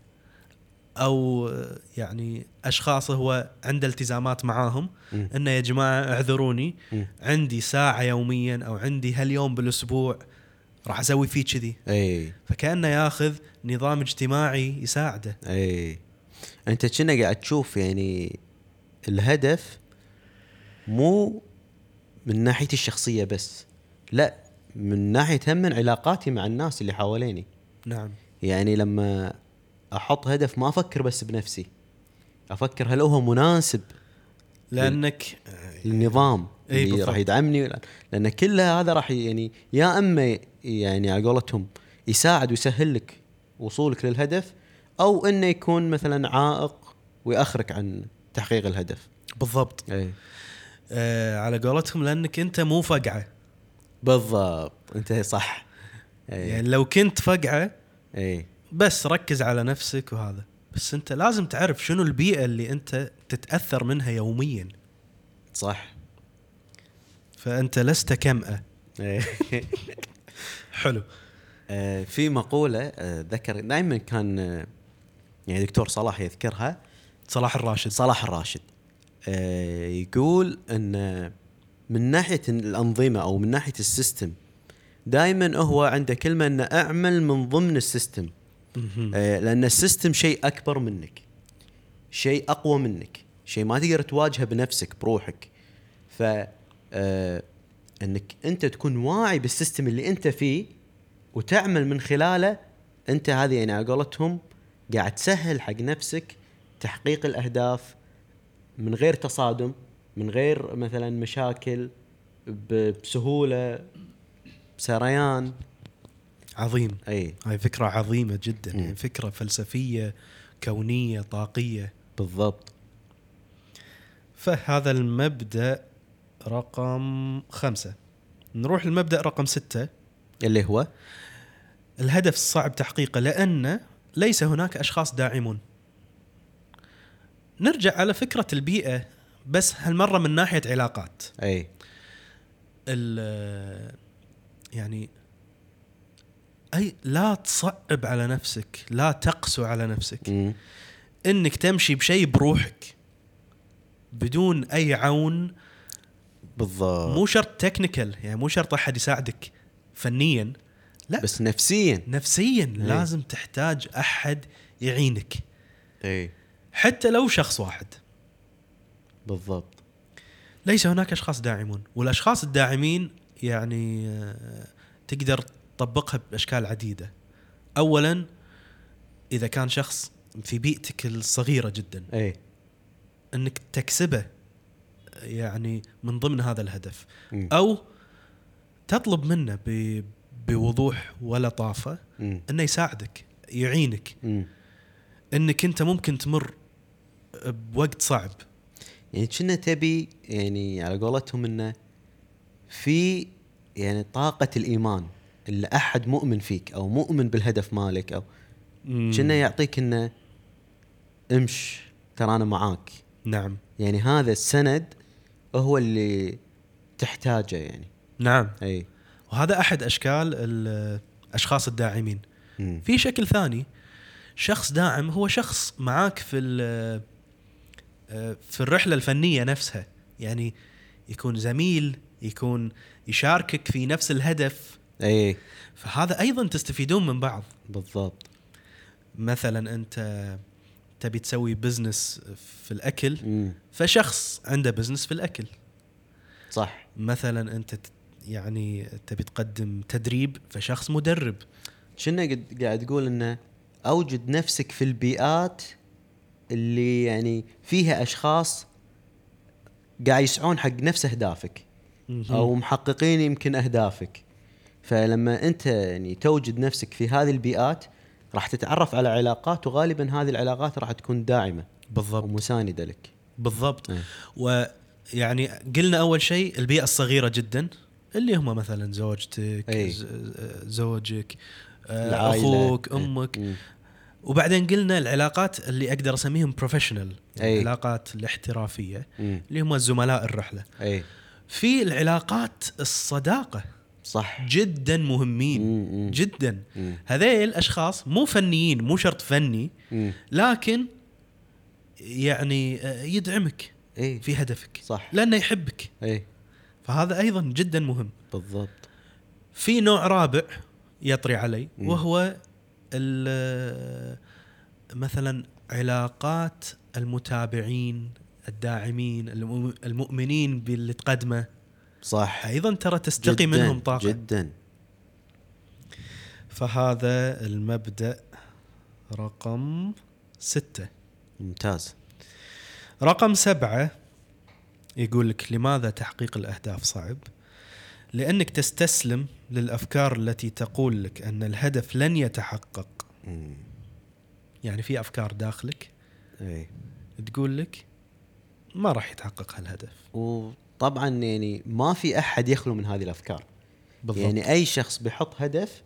A: او يعني اشخاص هو عنده التزامات معاهم
B: مم.
A: انه يا جماعه اعذروني
B: مم.
A: عندي ساعه يوميا او عندي هاليوم بالاسبوع راح اسوي فيه كذي
B: اي
A: فكانه ياخذ نظام اجتماعي يساعده
B: اي انت إيه. كنا قاعد تشوف يعني الهدف مو من ناحيتي الشخصيه بس لا من ناحيه هم من علاقاتي مع الناس اللي حواليني
A: نعم
B: يعني لما احط هدف ما افكر بس بنفسي افكر هل هو مناسب
A: إيه. لانك
B: للنظام
A: إي
B: اللي
A: إيه، بالضبط.
B: راح يدعمني ولا- لان كل هذا راح ي- يعني يا اما يعني على قولتهم يساعد ويسهل لك وصولك للهدف او انه يكون مثلا عائق ويأخرك عن تحقيق الهدف
A: بالضبط
B: اي
A: آه على قولتهم لانك انت مو فقعه
B: بالضبط انت صح إيه. اي
A: يعني لو كنت فقعه
B: اي
A: بس ركز على نفسك وهذا بس انت لازم تعرف شنو البيئه اللي انت تتاثر منها يوميا
B: صح
A: فانت لست كمأه
B: إي. إيه.
A: حلو
B: آه، في مقوله آه، ذكر دائما كان آه، يعني دكتور صلاح يذكرها
A: صلاح الراشد
B: صلاح الراشد آه، يقول ان من ناحيه الانظمه او من ناحيه السيستم دائما هو عنده كلمه ان اعمل من ضمن السيستم
A: مهم.
B: آه، لان السيستم شيء اكبر منك شيء اقوى منك شيء ما تقدر تواجهه بنفسك بروحك ف آه، انك انت تكون واعي بالسيستم اللي انت فيه وتعمل من خلاله انت هذه يعني على قولتهم قاعد تسهل حق نفسك تحقيق الاهداف من غير تصادم من غير مثلا مشاكل ب- بسهوله بسريان
A: عظيم
B: اي
A: هاي فكره عظيمه جدا
B: مم.
A: يعني فكره فلسفيه كونيه طاقيه
B: بالضبط
A: فهذا المبدا رقم خمسة نروح للمبدا رقم ستة
B: اللي هو
A: الهدف صعب تحقيقه لأن ليس هناك أشخاص داعمون نرجع على فكرة البيئة بس هالمرة من ناحية علاقات
B: اي
A: ال- يعني أي لا تصعب على نفسك لا تقسو على نفسك
B: مم.
A: انك تمشي بشيء بروحك بدون اي عون
B: بالضبط
A: مو شرط تكنيكال يعني مو شرط احد يساعدك فنيا لا بس
B: بس نفسيا
A: نفسيا لازم تحتاج احد يعينك
B: اي
A: حتى لو شخص واحد
B: بالضبط
A: ليس هناك اشخاص داعمون والاشخاص الداعمين يعني آه، تقدر تطبقها باشكال عديده اولا اذا كان شخص في بيئتك الصغيره جدا
B: اي
A: انك تكسبه يعني من ضمن هذا الهدف
B: مم.
A: او تطلب منه ب- بوضوح ولطافه
B: مم.
A: انه يساعدك يعينك
B: مم.
A: انك انت ممكن تمر بوقت صعب
B: يعني كنا تبي يعني على قولتهم انه في يعني طاقة الايمان اللي احد مؤمن فيك او مؤمن بالهدف مالك او كنا يعطيك انه امش ترى انا معاك
A: نعم
B: يعني هذا السند هو اللي تحتاجه يعني
A: نعم
B: اي
A: وهذا احد اشكال الاشخاص الداعمين
B: مم.
A: في شكل ثاني شخص داعم هو شخص معاك في ال- آه، في الرحله الفنيه نفسها يعني يكون زميل يكون يشاركك في نفس الهدف
B: اي
A: فهذا ايضا تستفيدون من بعض
B: بالضبط
A: مثلا انت تبي تسوي بزنس في الاكل
B: مم.
A: فشخص عنده بزنس في الاكل
B: صح
A: مثلا انت ت- يعني تبي تقدم تدريب فشخص مدرب
B: كنا قد- قاعد تقول انه اوجد نفسك في البيئات اللي يعني فيها اشخاص قاعد يسعون حق نفس اهدافك او محققين يمكن اهدافك فلما انت يعني توجد نفسك في هذه البيئات راح تتعرف على علاقات وغالبا هذه العلاقات راح تكون داعمه
A: بالضبط
B: ومسانده لك
A: بالضبط
B: إيه.
A: ويعني قلنا اول شيء البيئه الصغيره جدا اللي هم مثلا زوجتك
B: إيه.
A: ز- زوجك آه،
B: العائلة.
A: اخوك
B: إيه.
A: امك
B: مم.
A: وبعدين قلنا العلاقات اللي اقدر اسميهم بروفيشنال
B: إيه.
A: يعني العلاقات الاحترافيه
B: مم. إيه.
A: اللي هم زملاء الرحله
B: اي
A: في العلاقات الصداقه
B: صح
A: جدا مهمين
B: مم، مم.
A: جدا
B: مم.
A: هذيل اشخاص مو فنيين مو شرط فني
B: مم.
A: لكن يعني آه، يدعمك
B: اي
A: في هدفك
B: إيه. صح
A: لانه يحبك
B: اي
A: فهذا ايضا جدا مهم
B: بالضبط
A: في نوع رابع يطري علي
B: مم.
A: وهو ال- مثلا علاقات المتابعين الداعمين المؤم- المؤمنين باللي تقدمه
B: صح
A: ايضا ترى تستقي منهم طاقه
B: جدا
A: فهذا المبدأ رقم ستة
B: ممتاز
A: رقم سبعة يقول لك لماذا تحقيق الأهداف صعب؟ لأنك تستسلم للأفكار التي تقول لك أن الهدف لن يتحقق
B: مم.
A: يعني في أفكار داخلك
B: اي
A: تقول لك ما راح يتحقق هالهدف
B: وطبعا يعني ما في احد يخلو من هذه الافكار
A: بالضبط يعني
B: يعني اي شخص بيحط هدف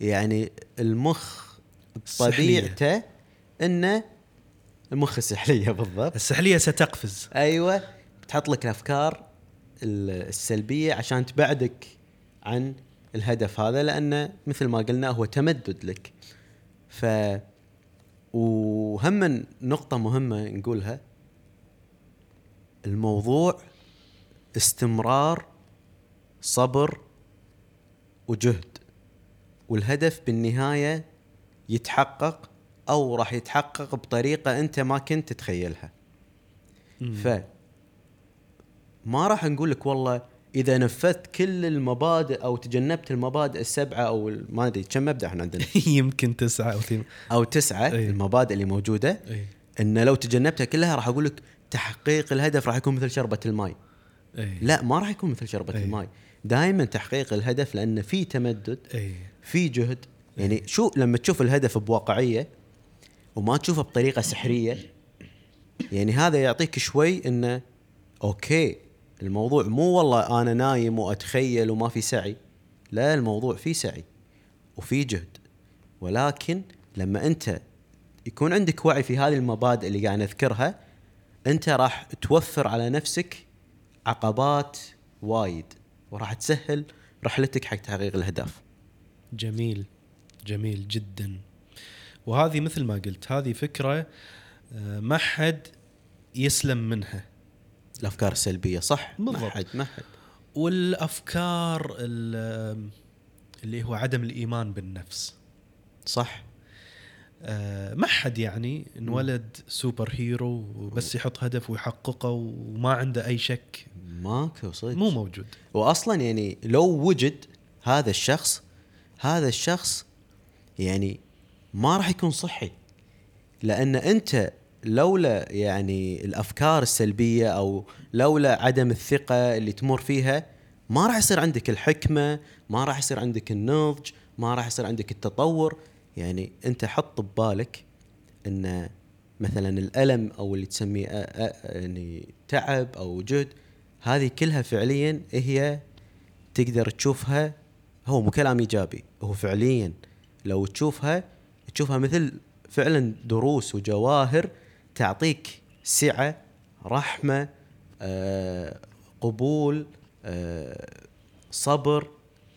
B: يعني المخ
A: السحلية.
B: طبيعته انه المخ السحليه بالضبط
A: السحلية ستقفز
B: ايوه بتحط لك الافكار ال- السلبيه عشان تبعدك عن الهدف هذا لانه مثل ما قلنا هو تمدد لك ف وهم نقطه مهمه نقولها الموضوع استمرار صبر وجهد والهدف بالنهايه يتحقق او راح يتحقق بطريقه انت ما كنت تتخيلها
A: مم.
B: ف ما راح نقول لك والله اذا نفذت كل المبادئ او تجنبت المبادئ السبعه او ال- ما ادري كم مبدا احنا عندنا
A: يمكن تسعة أو ثم...
B: او تسعه
A: إيه.
B: المبادئ اللي موجوده
A: أي.
B: ان لو تجنبتها كلها راح اقول لك تحقيق الهدف راح يكون مثل شربه الماء
A: أي.
B: لا ما راح يكون مثل شربه
A: إيه.
B: الماء دائما تحقيق الهدف لان في تمدد
A: أي.
B: في جهد يعني شو لما تشوف الهدف بواقعيه وما تشوفه بطريقه سحريه يعني هذا يعطيك شوي انه اوكي الموضوع مو والله انا نايم واتخيل وما في سعي لا الموضوع في سعي وفي جهد ولكن لما انت يكون عندك وعي في هذه المبادئ اللي قاعد نذكرها انت راح توفر على نفسك عقبات وايد وراح تسهل رحلتك حق تحقيق الاهداف
A: جميل جميل جدا وهذه مثل ما قلت هذه فكرة آه، ما حد يسلم منها
B: الافكار السلبيه صح
A: بالضبط.
B: ما حد ما حد
A: والأفكار ال- اللي هو عدم الإيمان بالنفس
B: صح
A: آه، ما حد يعني انولد سوبر هيرو وبس يحط هدف ويحققه وما عنده أي شك
B: ماكو صدق
A: مو موجود
B: واصلا يعني لو وجد هذا الشخص هذا الشخص يعني ما راح يكون صحي لان انت لولا يعني الافكار السلبيه او لولا عدم الثقه اللي تمر فيها ما راح يصير عندك الحكمه ما راح يصير عندك النضج ما راح يصير عندك التطور يعني انت حط ببالك ان مثلا الالم او اللي تسميه أ- أ- يعني تعب او جهد هذه كلها فعليا هي تقدر تشوفها هو مو كلام ايجابي هو فعليا لو تشوفها تشوفها مثل فعلا دروس وجواهر تعطيك سعه رحمه آه، قبول آه، صبر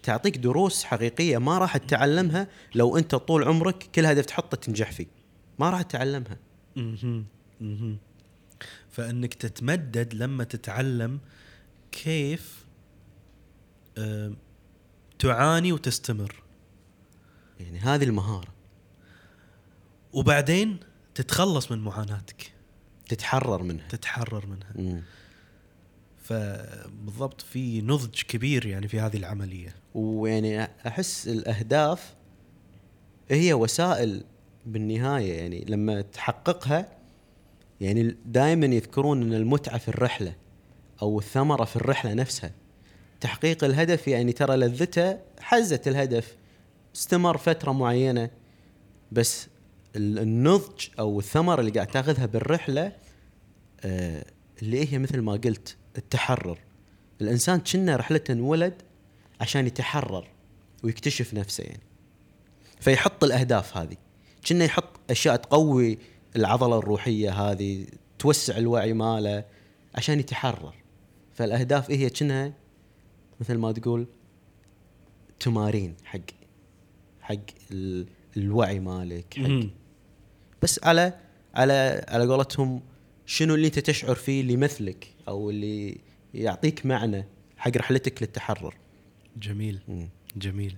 B: تعطيك دروس حقيقيه ما راح تتعلمها لو انت طول عمرك كل هدف تحطه تنجح فيه ما راح تتعلمها
A: مهم. مهم. فانك تتمدد لما تتعلم كيف آه، تعاني وتستمر
B: يعني هذه المهاره
A: وبعدين تتخلص من معاناتك
B: تتحرر منها
A: تتحرر منها
B: مم.
A: فبالضبط في نضج كبير يعني في هذه العمليه
B: ويعني احس الاهداف هي وسائل بالنهايه يعني لما تحققها يعني دائما يذكرون ان المتعه في الرحله او الثمره في الرحله نفسها تحقيق الهدف يعني ترى لذته حزه الهدف استمر فتره معينه بس ال- النضج او الثمره اللي قاعد تاخذها بالرحله آه، اللي هي مثل ما قلت التحرر الانسان كنا رحلته انولد عشان يتحرر ويكتشف نفسه يعني فيحط الاهداف هذه كنا يحط اشياء تقوي العضله الروحيه هذه توسع الوعي ماله عشان يتحرر فالاهداف هي كنا مثل ما تقول تمارين حق حق ال- الوعي مالك حق
A: مهم.
B: بس على على على قولتهم شنو اللي انت تشعر فيه اللي يمثلك او اللي يعطيك معنى حق رحلتك للتحرر
A: جميل جميل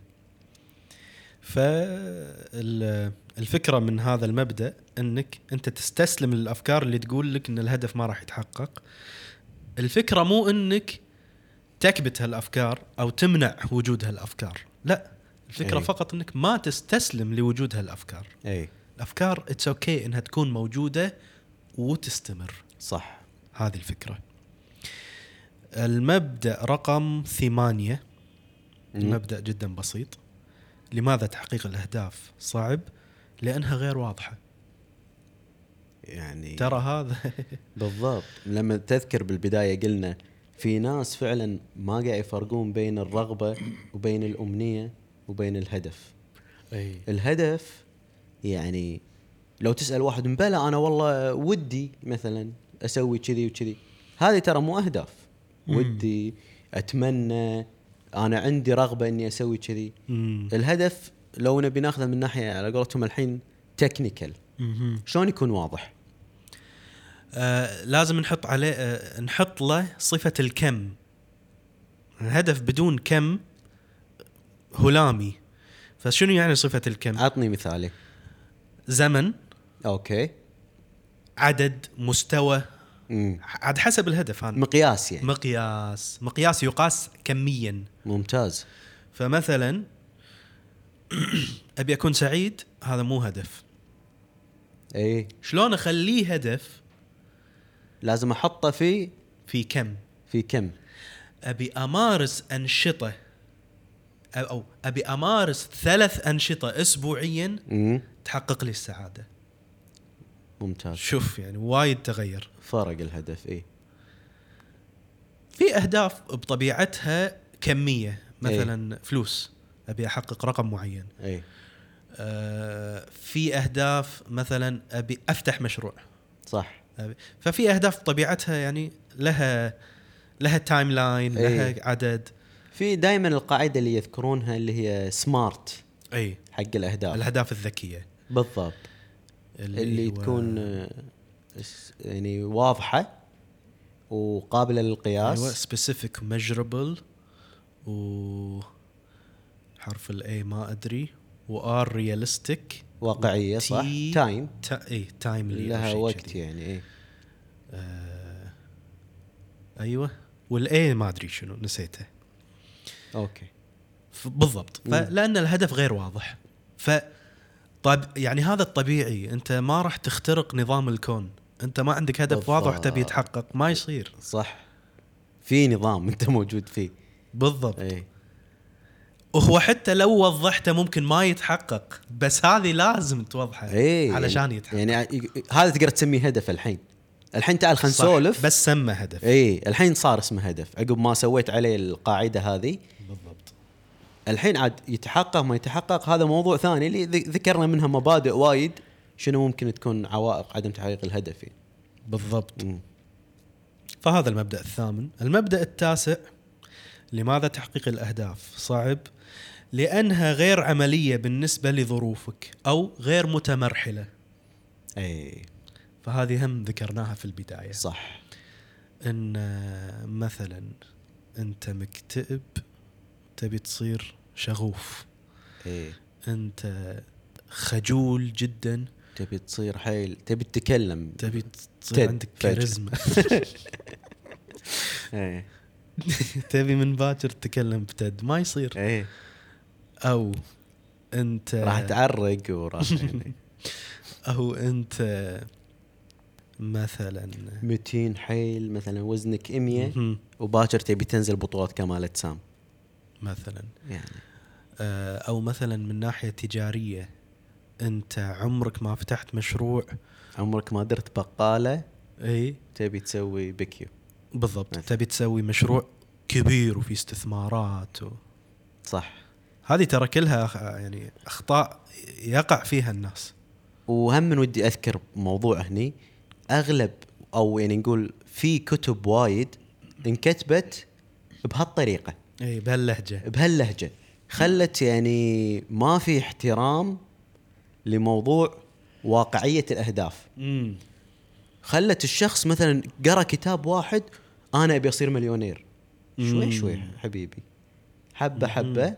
A: فالفكرة من هذا المبدأ أنك أنت تستسلم للأفكار اللي تقول لك أن الهدف ما راح يتحقق الفكرة مو أنك تكبت هالأفكار أو تمنع وجود هالأفكار لا الفكره
B: إي.
A: فقط انك ما تستسلم لوجود هالافكار
B: اي
A: الافكار اتس اوكي okay انها تكون موجوده وتستمر
B: صح
A: هذه الفكره المبدا رقم ثمانية
B: مم.
A: مبدا جدا بسيط لماذا تحقيق الاهداف صعب لانها غير واضحه
B: يعني
A: ترى هذا
B: بالضبط لما تذكر بالبدايه قلنا في ناس فعلا ما قاعد يفرقون بين الرغبه وبين الامنيه وبين الهدف إيه.
A: اي
B: الهدف يعني لو تسال واحد مبلا انا والله ودي مثلا اسوي كذي وكذي هذه ترى مو اهداف
A: مم.
B: ودي اتمنى انا عندي رغبه اني اسوي كذي
A: مم.
B: الهدف لو نبي ناخذه من ناحيه على قولتهم الحين تكنيكال
A: مهم.
B: شلون يكون واضح
A: آه، لازم نحط عليه آه، نحط له صفه الكم الهدف بدون كم هلامي فشنو يعني صفه الكم
B: عطني مثالي
A: زمن
B: اوكي
A: عدد مستوى
B: مم.
A: عاد حسب الهدف هذا
B: مقياس يعني
A: مقياس مقياس يقاس كميا
B: ممتاز
A: فمثلا ابي اكون سعيد هذا مو هدف
B: اي
A: شلون اخليه هدف
B: لازم احطه في
A: في كم
B: في كم
A: ابي امارس انشطه أو- او ابي امارس ثلاث انشطه اسبوعيا
B: مم.
A: تحقق لي السعاده
B: ممتاز
A: شوف يعني وايد تغير
B: فرق الهدف إيه. اي
A: في اهداف بطبيعتها كميه مثلا فلوس ابي احقق رقم معين
B: اي
A: آه، في اهداف مثلا ابي افتح مشروع
B: صح
A: أبي- ففي اهداف بطبيعتها يعني لها لها تايم لاين
B: إيه.
A: لها عدد
B: في دائما القاعده اللي يذكرونها اللي هي سمارت
A: اي
B: حق الاهداف
A: الاهداف الذكيه
B: بالضبط اللي
A: هو-
B: تكون آه، اس- يعني واضحه وقابله
A: ايوه
B: للقياس
A: سبيسيفيك ميجربل و حرف الاي ما ادري وار رياليستيك
B: واقعيه صح
A: T-
B: تايم
A: تا اي تايم
B: لها وقت يعني اي
A: آه، ايوه والاي ما ادري شنو نسيته
B: اوكي
A: ف- بالضبط فلان الهدف غير واضح ف طب يعني هذا الطبيعي انت ما راح تخترق نظام الكون انت ما عندك هدف
B: بالضبط.
A: واضح تبي يتحقق ما يصير
B: صح في نظام انت موجود فيه إيه.
A: بالضبط
B: اي
A: وهو حتى لو وضحته ممكن ما يتحقق بس هذه لازم توضحه
B: اي
A: علشان
B: يعني-
A: يتحقق
B: يعني ي- هذا تقدر تسميه هدف الحين الحين تعال خلينا
A: صح،
B: نسولف إيه.
A: بس سمى هدف
B: اي الحين صار اسمه هدف عقب ما سويت عليه القاعده هذه
A: بالضبط
B: الحين عاد يتحقق ما يتحقق هذا موضوع ثاني اللي ذ- ذكرنا منها مبادئ وايد شنو ممكن تكون عوائق عدم تحقيق الهدف يعني.
A: بالضبط
B: مم.
A: فهذا المبدا الثامن المبدا التاسع لماذا تحقيق الاهداف صعب لانها غير عمليه بالنسبه لظروفك او غير متمرحله
B: اي
A: فهذه هم ذكرناها في البدايه
B: إيه، صح
A: ان آه، مثلا انت مكتئب تبي تصير شغوف
B: اي
A: انت خجول جدا
B: تبي تصير حيل تبي تتكلم
A: تبي تصير
B: تد
A: عندك
B: فجأة.
A: كاريزما
B: اي
A: تبي من باكر تتكلم بتد ما يصير
B: اي
A: او انت
B: إيه. راح تعرق وراح يعني
A: او انت مثلا
B: متين حيل مثلا وزنك 100
A: مهم.
B: وباكر تبي تنزل بطولات كمالة سام
A: مثلا
B: يعني
A: آه، او مثلا من ناحيه تجاريه انت عمرك ما فتحت مشروع إيه؟
B: عمرك ما درت بقاله
A: اي
B: تبي تسوي بكيو
A: بالضبط
B: مثلاً.
A: تبي تسوي مشروع كبير وفي استثمارات و...
B: صح
A: هذه ترى كلها أخ- يعني اخطاء يقع فيها الناس
B: وهم من ودي اذكر موضوع هني اغلب او يعني نقول في كتب وايد انكتبت بهالطريقه
A: اي بهاللهجه
B: بهاللهجه خلت يعني ما في احترام لموضوع واقعيه الاهداف
A: امم
B: خلت الشخص مثلا قرا كتاب واحد انا ابي اصير مليونير شوي
A: مم.
B: شوي حبيبي حبه حبه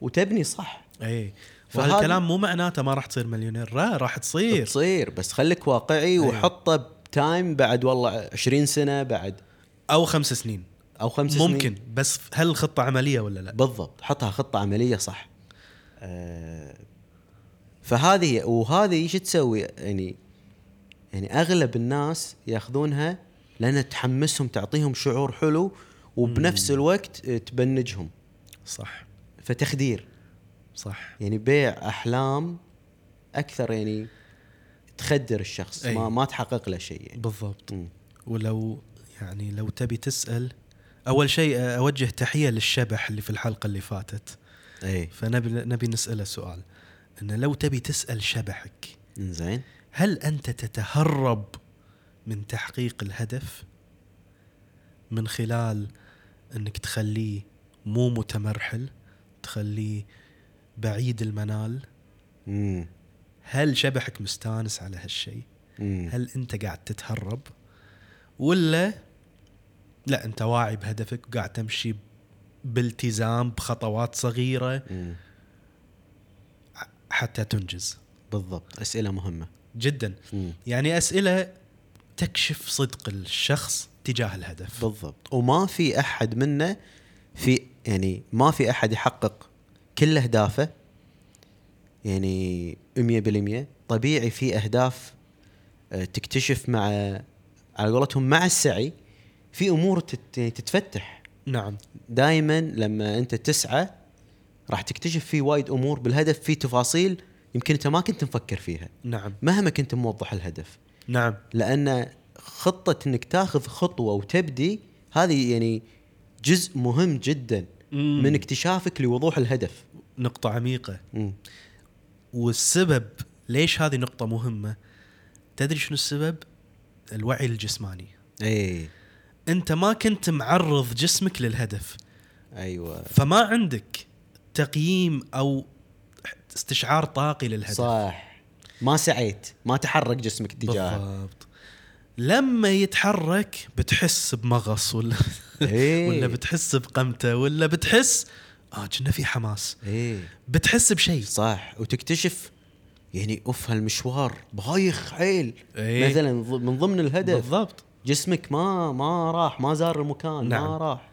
B: وتبني صح
A: اي
B: فهذا-
A: فهالكلام مو معناته ما راح تصير مليونير لا راح تصير
B: تصير بس خليك واقعي وحطه بتايم بعد والله 20 سنه بعد
A: او خمس سنين
B: او خمس سنين
A: ممكن بس هل الخطه عمليه ولا لا
B: بالضبط حطها خطه عمليه صح آه، فهذه وهذه شو تسوي يعني يعني اغلب الناس ياخذونها لان تحمسهم تعطيهم شعور حلو وبنفس الوقت آه، تبنجهم
A: صح
B: فتخدير
A: صح
B: يعني بيع احلام اكثر يعني تخدر الشخص
A: أي.
B: ما ما تحقق له شيء يعني.
A: بالضبط
B: مم.
A: ولو يعني لو تبي تسال اول شيء اوجه تحيه للشبح اللي في الحلقه اللي فاتت
B: اي
A: فنبي نبي نساله سؤال انه لو تبي تسال شبحك
B: زين
A: هل انت تتهرب من تحقيق الهدف من خلال انك تخليه مو متمرحل تخليه بعيد المنال
B: امم
A: هل شبحك مستانس على هالشيء
B: امم
A: هل انت قاعد تتهرب ولا لا انت واعي بهدفك وقاعد تمشي بالتزام بخطوات صغيره
B: أمم.
A: حتى تنجز
B: بالضبط اسئله مهمه
A: جدا
B: امم
A: يعني اسئله تكشف صدق الشخص تجاه الهدف
B: بالضبط وما في احد منا في يعني ما في احد يحقق كل اهدافه يعني 100% طبيعي في اهداف آه، تكتشف مع على قولتهم مع السعي في امور تت- يعني تتفتح
A: نعم
B: دائما لما انت تسعى راح تكتشف في وايد امور بالهدف في تفاصيل يمكن انت ما كنت مفكر فيها
A: نعم
B: مهما كنت موضح الهدف
A: نعم
B: لان خطه انك تاخذ خطوه وتبدي هذه يعني جزء مهم جدا
A: مم.
B: من اكتشافك لوضوح الهدف
A: نقطه عميقه
B: مم.
A: والسبب ليش هذه نقطه مهمه تدري شنو السبب الوعي الجسماني
B: اي
A: انت ما كنت معرض جسمك للهدف
B: ايوه
A: فما عندك تقييم او استشعار طاقي للهدف
B: صح ما سعيت ما تحرك جسمك اتجاهه
A: بالضبط لما يتحرك بتحس بمغص ولا
B: إيه.
A: ولا بتحس بقمته ولا بتحس اه كنا في حماس
B: اي
A: إيه. بتحس بشيء
B: صح وتكتشف يعني اوف هالمشوار بايخ حيل
A: إيه.
B: مثلا من ضمن الهدف
A: بالضبط
B: جسمك ما ما راح ما زار المكان نعم. ما
A: نعم.
B: راح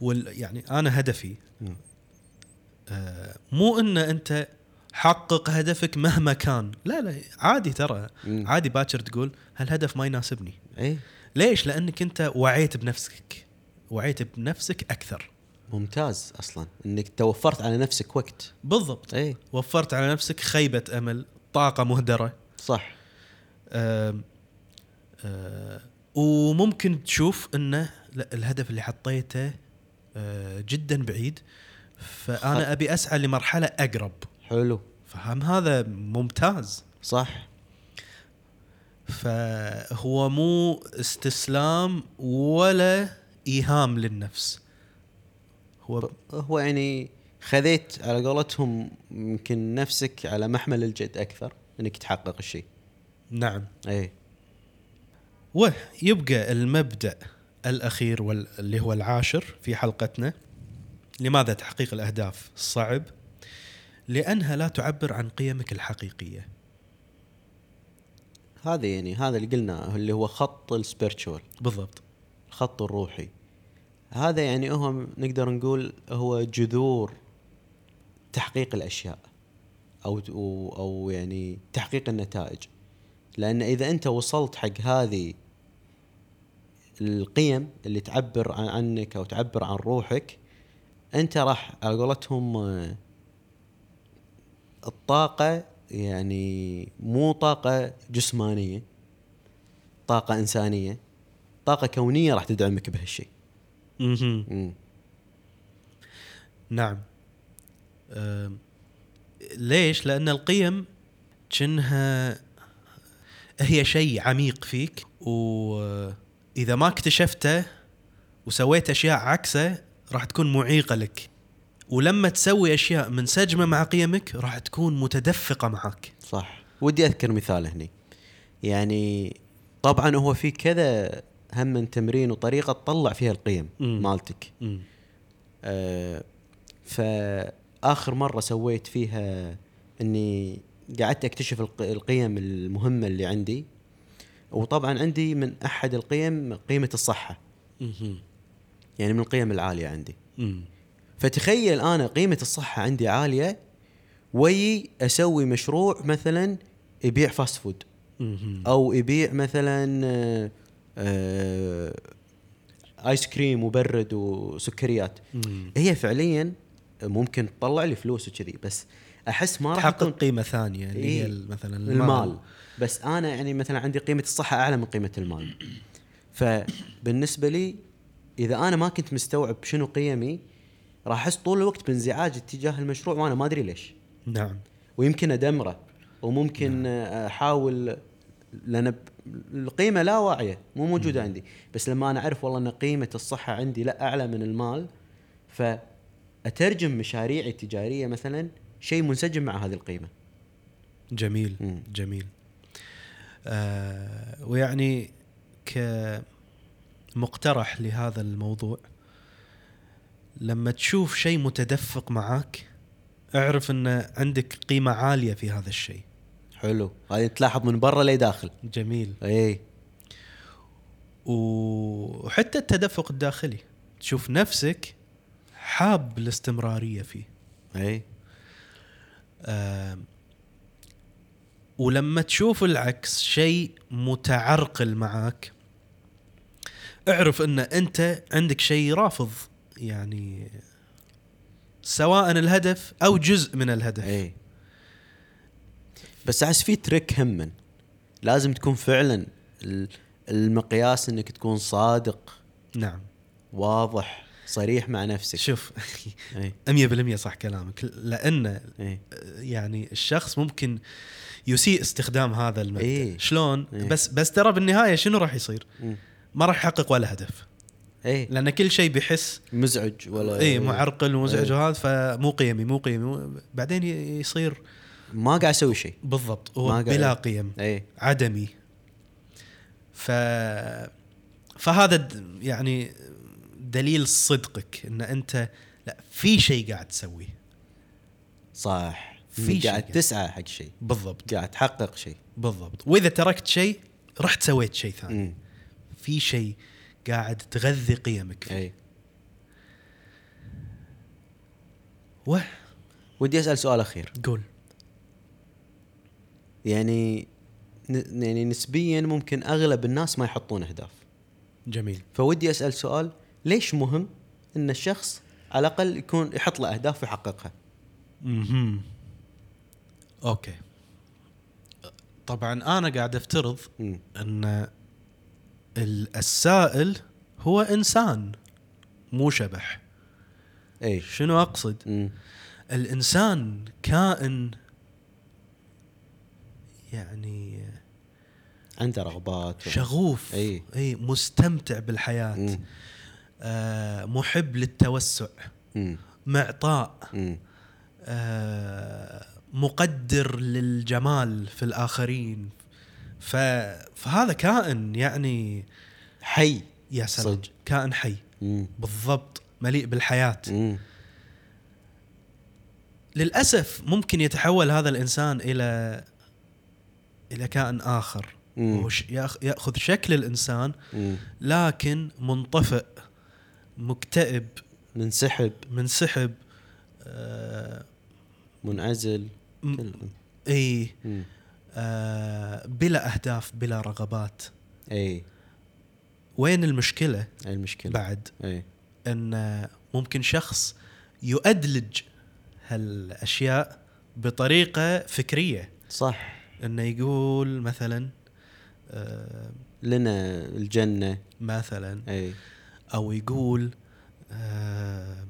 A: وال يعني انا هدفي
B: مم.
A: آه مو ان انت حقق هدفك مهما كان لا لا عادي ترى
B: مم.
A: عادي باكر تقول هالهدف ما يناسبني
B: اي
A: ليش لانك انت وعيت بنفسك وعيت بنفسك اكثر
B: ممتاز اصلا انك توفرت على نفسك وقت
A: بالضبط
B: اي
A: وفرت على نفسك خيبه امل طاقه مهدره
B: صح
A: آم، آه، وممكن تشوف انه لا الهدف اللي حطيته آه، جدا بعيد فانا ابي اسعى لمرحله اقرب
B: حلو
A: فهم هذا ممتاز
B: صح
A: فهو مو استسلام ولا ايهام للنفس هو
B: هو يعني خذيت على قولتهم يمكن نفسك على محمل الجد اكثر انك تحقق الشيء
A: نعم
B: اي
A: ويبقى المبدا الاخير وال- اللي هو العاشر في حلقتنا لماذا تحقيق الاهداف صعب لانها لا تعبر عن قيمك الحقيقيه
B: هذا يعني هذا اللي قلنا اللي هو خط السبيرتشوال
A: بالضبط
B: الخط الروحي هذا يعني هو نقدر نقول هو جذور تحقيق الاشياء او او أو يعني تحقيق النتائج لان اذا انت وصلت حق هذه القيم اللي تعبر عن- عنك او تعبر عن روحك انت راح على قولتهم آه، الطاقه يعني مو طاقه جسمانيه طاقه انسانيه طاقه كونيه راح تدعمك بهالشيء
A: مهم.
B: مم.
A: نعم أم، ليش لان القيم جنها هي شيء عميق فيك واذا ما اكتشفته وسويت اشياء عكسه راح تكون معيقه لك ولما تسوي اشياء منسجمه مع قيمك راح تكون متدفقه معك
B: صح ودي اذكر مثال هني يعني طبعا هو في كذا هم من تمرين وطريقه تطلع فيها القيم
A: مم.
B: مالتك آه فاخر مره سويت فيها اني قعدت اكتشف الق- القيم المهمه اللي عندي وطبعا عندي من احد القيم قيمه الصحه يعني من القيم العاليه عندي فتخيل انا قيمه الصحه عندي عاليه وي اسوي مشروع مثلا يبيع فاست فود
A: مهم.
B: او يبيع مثلا آه، آه، ايس كريم مبرد وسكريات
A: مم.
B: هي فعليا ممكن تطلع لي فلوس وكذي بس احس ما راح
A: تحقق
B: تكون
A: قيمه ثانيه اللي
B: إيه.
A: هي ال- مثلا
B: المال بس انا يعني مثلا عندي قيمه الصحه اعلى من قيمه المال فبالنسبه لي اذا انا ما كنت مستوعب شنو قيمي راح احس طول الوقت بانزعاج اتجاه المشروع وانا ما ادري ليش
A: نعم
B: ويمكن ادمره وممكن آه، احاول لان ب- القيمه لا واعيه مو موجوده عندي بس لما انا اعرف والله ان قيمه الصحه عندي لا اعلى من المال فاترجم مشاريعي التجاريه مثلا شيء منسجم مع هذه القيمه
A: جميل
B: مم.
A: جميل آه ويعني كمقترح لهذا الموضوع لما تشوف شيء متدفق معاك اعرف ان عندك قيمه عاليه في هذا الشيء
B: حلو هذه تلاحظ من برا لداخل
A: جميل
B: اي
A: وحتى التدفق الداخلي تشوف نفسك حاب الاستمراريه فيه
B: اي
A: آم، ولما تشوف العكس شيء متعرقل معاك اعرف ان انت عندك شيء رافض يعني سواء الهدف او جزء من الهدف
B: اي بس احس في تريك هم لازم تكون فعلا ال- المقياس انك تكون صادق
A: نعم
B: واضح صريح مع نفسك
A: شوف
B: اي
A: 100% صح كلامك لان
B: اي
A: يعني الشخص ممكن يسيء استخدام هذا المبدا
B: إيه.
A: شلون
B: إيه.
A: بس بس ترى بالنهايه شنو راح يصير
B: مم.
A: ما راح يحقق ولا هدف
B: إيه. اي
A: لان كل شيء بيحس
B: مزعج ولا
A: اي معرقل ومزعج
B: إيه.
A: وهذا فمو قيمي مو قيمي مو- بعدين ي- يصير
B: ما قاعد اسوي شيء
A: بالضبط
B: ما
A: هو
B: قاعد-
A: بلا قيم
B: اي
A: عدمي ف فهذا د- يعني دليل صدقك ان انت لا في شيء قاعد تسويه
B: صح
A: في
B: في
A: شيء
B: قاعد
A: قاعد.
B: تسعى حق شيء
A: بالضبط
B: قاعد تحقق شيء
A: بالضبط واذا تركت شيء رحت سويت شيء ثاني
B: مم.
A: في شيء قاعد تغذي قيمك فيه
B: اي
A: وه
B: ودي اسال سؤال اخير
A: قول
B: يعني ن- يعني نسبيا ممكن اغلب الناس ما يحطون اهداف
A: جميل
B: فودي اسال سؤال ليش مهم ان الشخص على الاقل يكون يحط له اهداف ويحققها
A: اها اوكي طبعا انا قاعد افترض
B: مم.
A: ان ال- السائل هو انسان مو شبح
B: اي
A: شنو اقصد
B: مم.
A: الانسان كائن يعني
B: عنده رغبات و-
A: شغوف
B: إي.
A: اي مستمتع بالحياه
B: مم.
A: آه محب للتوسع
B: مم.
A: معطاء
B: مم.
A: آه، مقدر للجمال في الاخرين ف... فهذا كائن يعني
B: حي
A: يا سلام
B: صدق.
A: كائن حي
B: مم.
A: بالضبط مليء بالحياه
B: مم.
A: للاسف ممكن يتحول هذا الانسان الى الى كائن اخر
B: مم.
A: وهو ش- يأخ- ياخذ شكل الانسان
B: مم.
A: لكن منطفئ مكتئب
B: منسحب
A: منسحب آه،
B: منعزل
A: م-
B: كل-
A: اي
B: مم.
A: آه، بلا اهداف بلا رغبات
B: اي
A: وين المشكله
B: إيه، هاي إيه. المشكله
A: بعد
B: اي
A: ان ممكن شخص يؤدلج هالاشياء بطريقه فكريه
B: صح
A: انه يقول مثلا آه،
B: لنا إيه. الجنه
A: مثلا
B: اي
A: او يقول آه،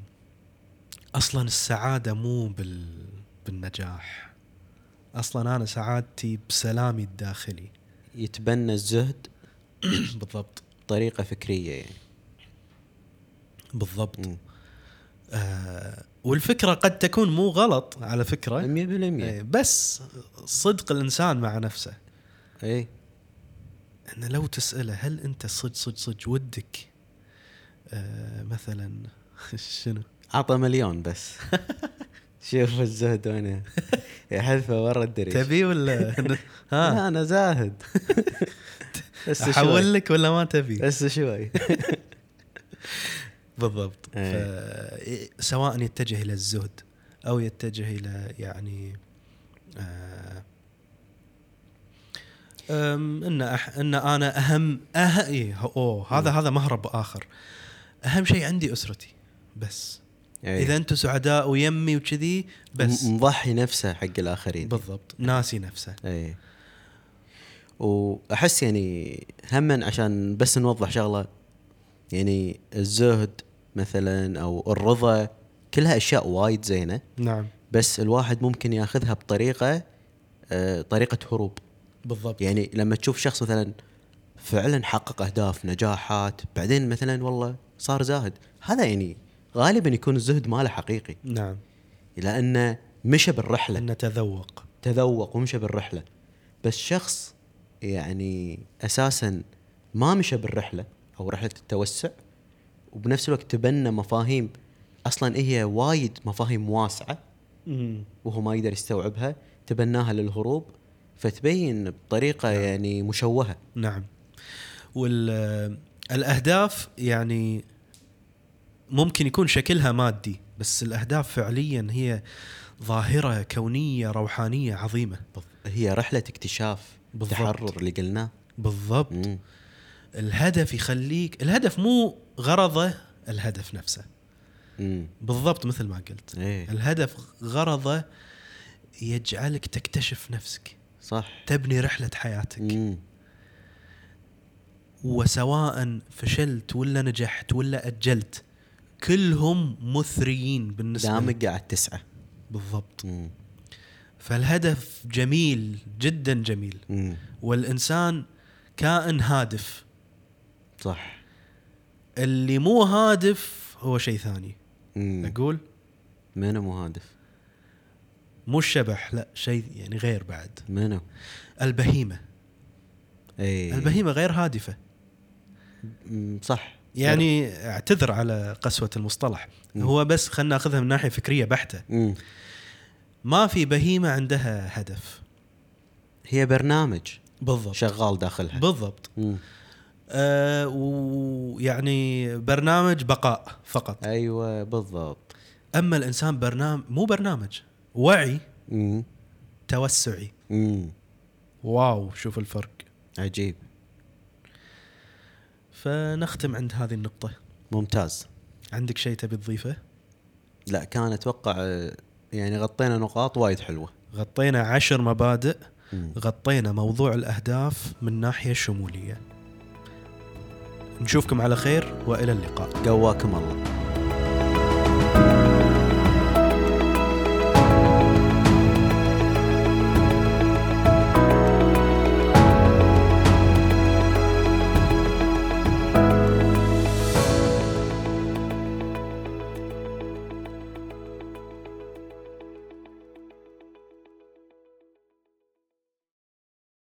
A: اصلا السعاده مو بال بالنجاح اصلا انا سعادتي بسلامي الداخلي
B: يتبنى الزهد
A: بالضبط
B: بطريقه فكريه يعني
A: بالضبط
B: مم.
A: آه والفكره قد تكون مو غلط على فكره
B: 100%
A: إيه، بس صدق الانسان مع نفسه
B: اي
A: انه لو تساله هل انت صدق صدق صدق ودك آه مثلا شنو
B: عطى مليون بس شوف الزهد وين يحذفه ورا الدرج
A: تبي ولا ها
B: لا انا زاهد بس شوي
A: احول لك ولا ما تبي
B: بس شوي
A: بالضبط ف...
B: إيه.
A: سواء يتجه الى الزهد او يتجه الى يعني آه أم، ان أح- ان انا اهم أه... إيه اوه هذا هذا مهرب اخر اهم شيء عندي اسرتي بس
B: أي.
A: اذا انتم سعداء ويمي وكذي بس
B: إيه. م- إيه. مضحي نفسه حق الاخرين
A: بالضبط ناسي نفسه
B: اي واحس يعني هما عشان بس نوضح شغله يعني الزهد مثلا او الرضا كلها اشياء وايد زينه
A: نعم
B: بس الواحد ممكن ياخذها بطريقه آه، طريقه هروب
A: بالضبط
B: يعني لما تشوف شخص مثلا فعلا حقق اهداف نجاحات بعدين مثلا والله صار زاهد هذا يعني غالبا يكون الزهد ماله حقيقي
A: نعم
B: لانه مشى بالرحله
A: ان تذوق
B: تذوق ومشى بالرحله بس شخص يعني اساسا ما مشى بالرحله او رحله التوسع وبنفس الوقت تبنى مفاهيم اصلا هي وايد مفاهيم واسعه وهو ما يقدر يستوعبها تبناها للهروب فتبين بطريقه يعني مشوهه
A: نعم والاهداف يعني ممكن يكون شكلها مادي بس الاهداف فعليا هي ظاهره كونيه روحانيه عظيمه
B: هي رحله اكتشاف
A: بالضبط.
B: تحرر اللي قلناه
A: بالضبط
B: مم.
A: الهدف يخليك الهدف مو غرضه الهدف نفسه
B: مم.
A: بالضبط مثل ما قلت
B: إيه.
A: الهدف غرضه يجعلك تكتشف نفسك
B: صح
A: تبني رحله حياتك
B: مم.
A: وسواء فشلت ولا نجحت ولا اجلت كلهم مثريين بالنسبه لي.
B: دامك قاعد تسعى
A: بالضبط
B: مم.
A: فالهدف جميل جدا جميل
B: مم.
A: والانسان كائن هادف
B: صح
A: اللي مو هادف هو شيء ثاني
B: مم.
A: اقول
B: منو مهادف
A: مو الشبح لا شيء يعني غير بعد
B: منو
A: البهيمه
B: اي
A: البهيمه غير هادفه
B: مم، صح
A: يعني اعتذر على قسوه المصطلح هو بس خلينا ناخذها من ناحيه فكريه بحته
B: مم.
A: ما في بهيمه عندها هدف
B: هي برنامج
A: بالضبط
B: شغال داخلها
A: بالضبط
B: مم.
A: آه ويعني برنامج بقاء فقط
B: ايوه بالضبط
A: اما الانسان برنامج مو برنامج وعي
B: مم.
A: توسعي
B: مم.
A: واو شوف الفرق
B: عجيب
A: فنختم عند هذه النقطة
B: ممتاز
A: عندك شيء تبي تضيفه
B: لا كان اتوقع آه، يعني غطينا نقاط وايد حلوه
A: غطينا عشر مبادئ
B: مم.
A: غطينا موضوع الأهداف من ناحية شمولية نشوفكم على خير وإلى اللقاء
B: قواكم الله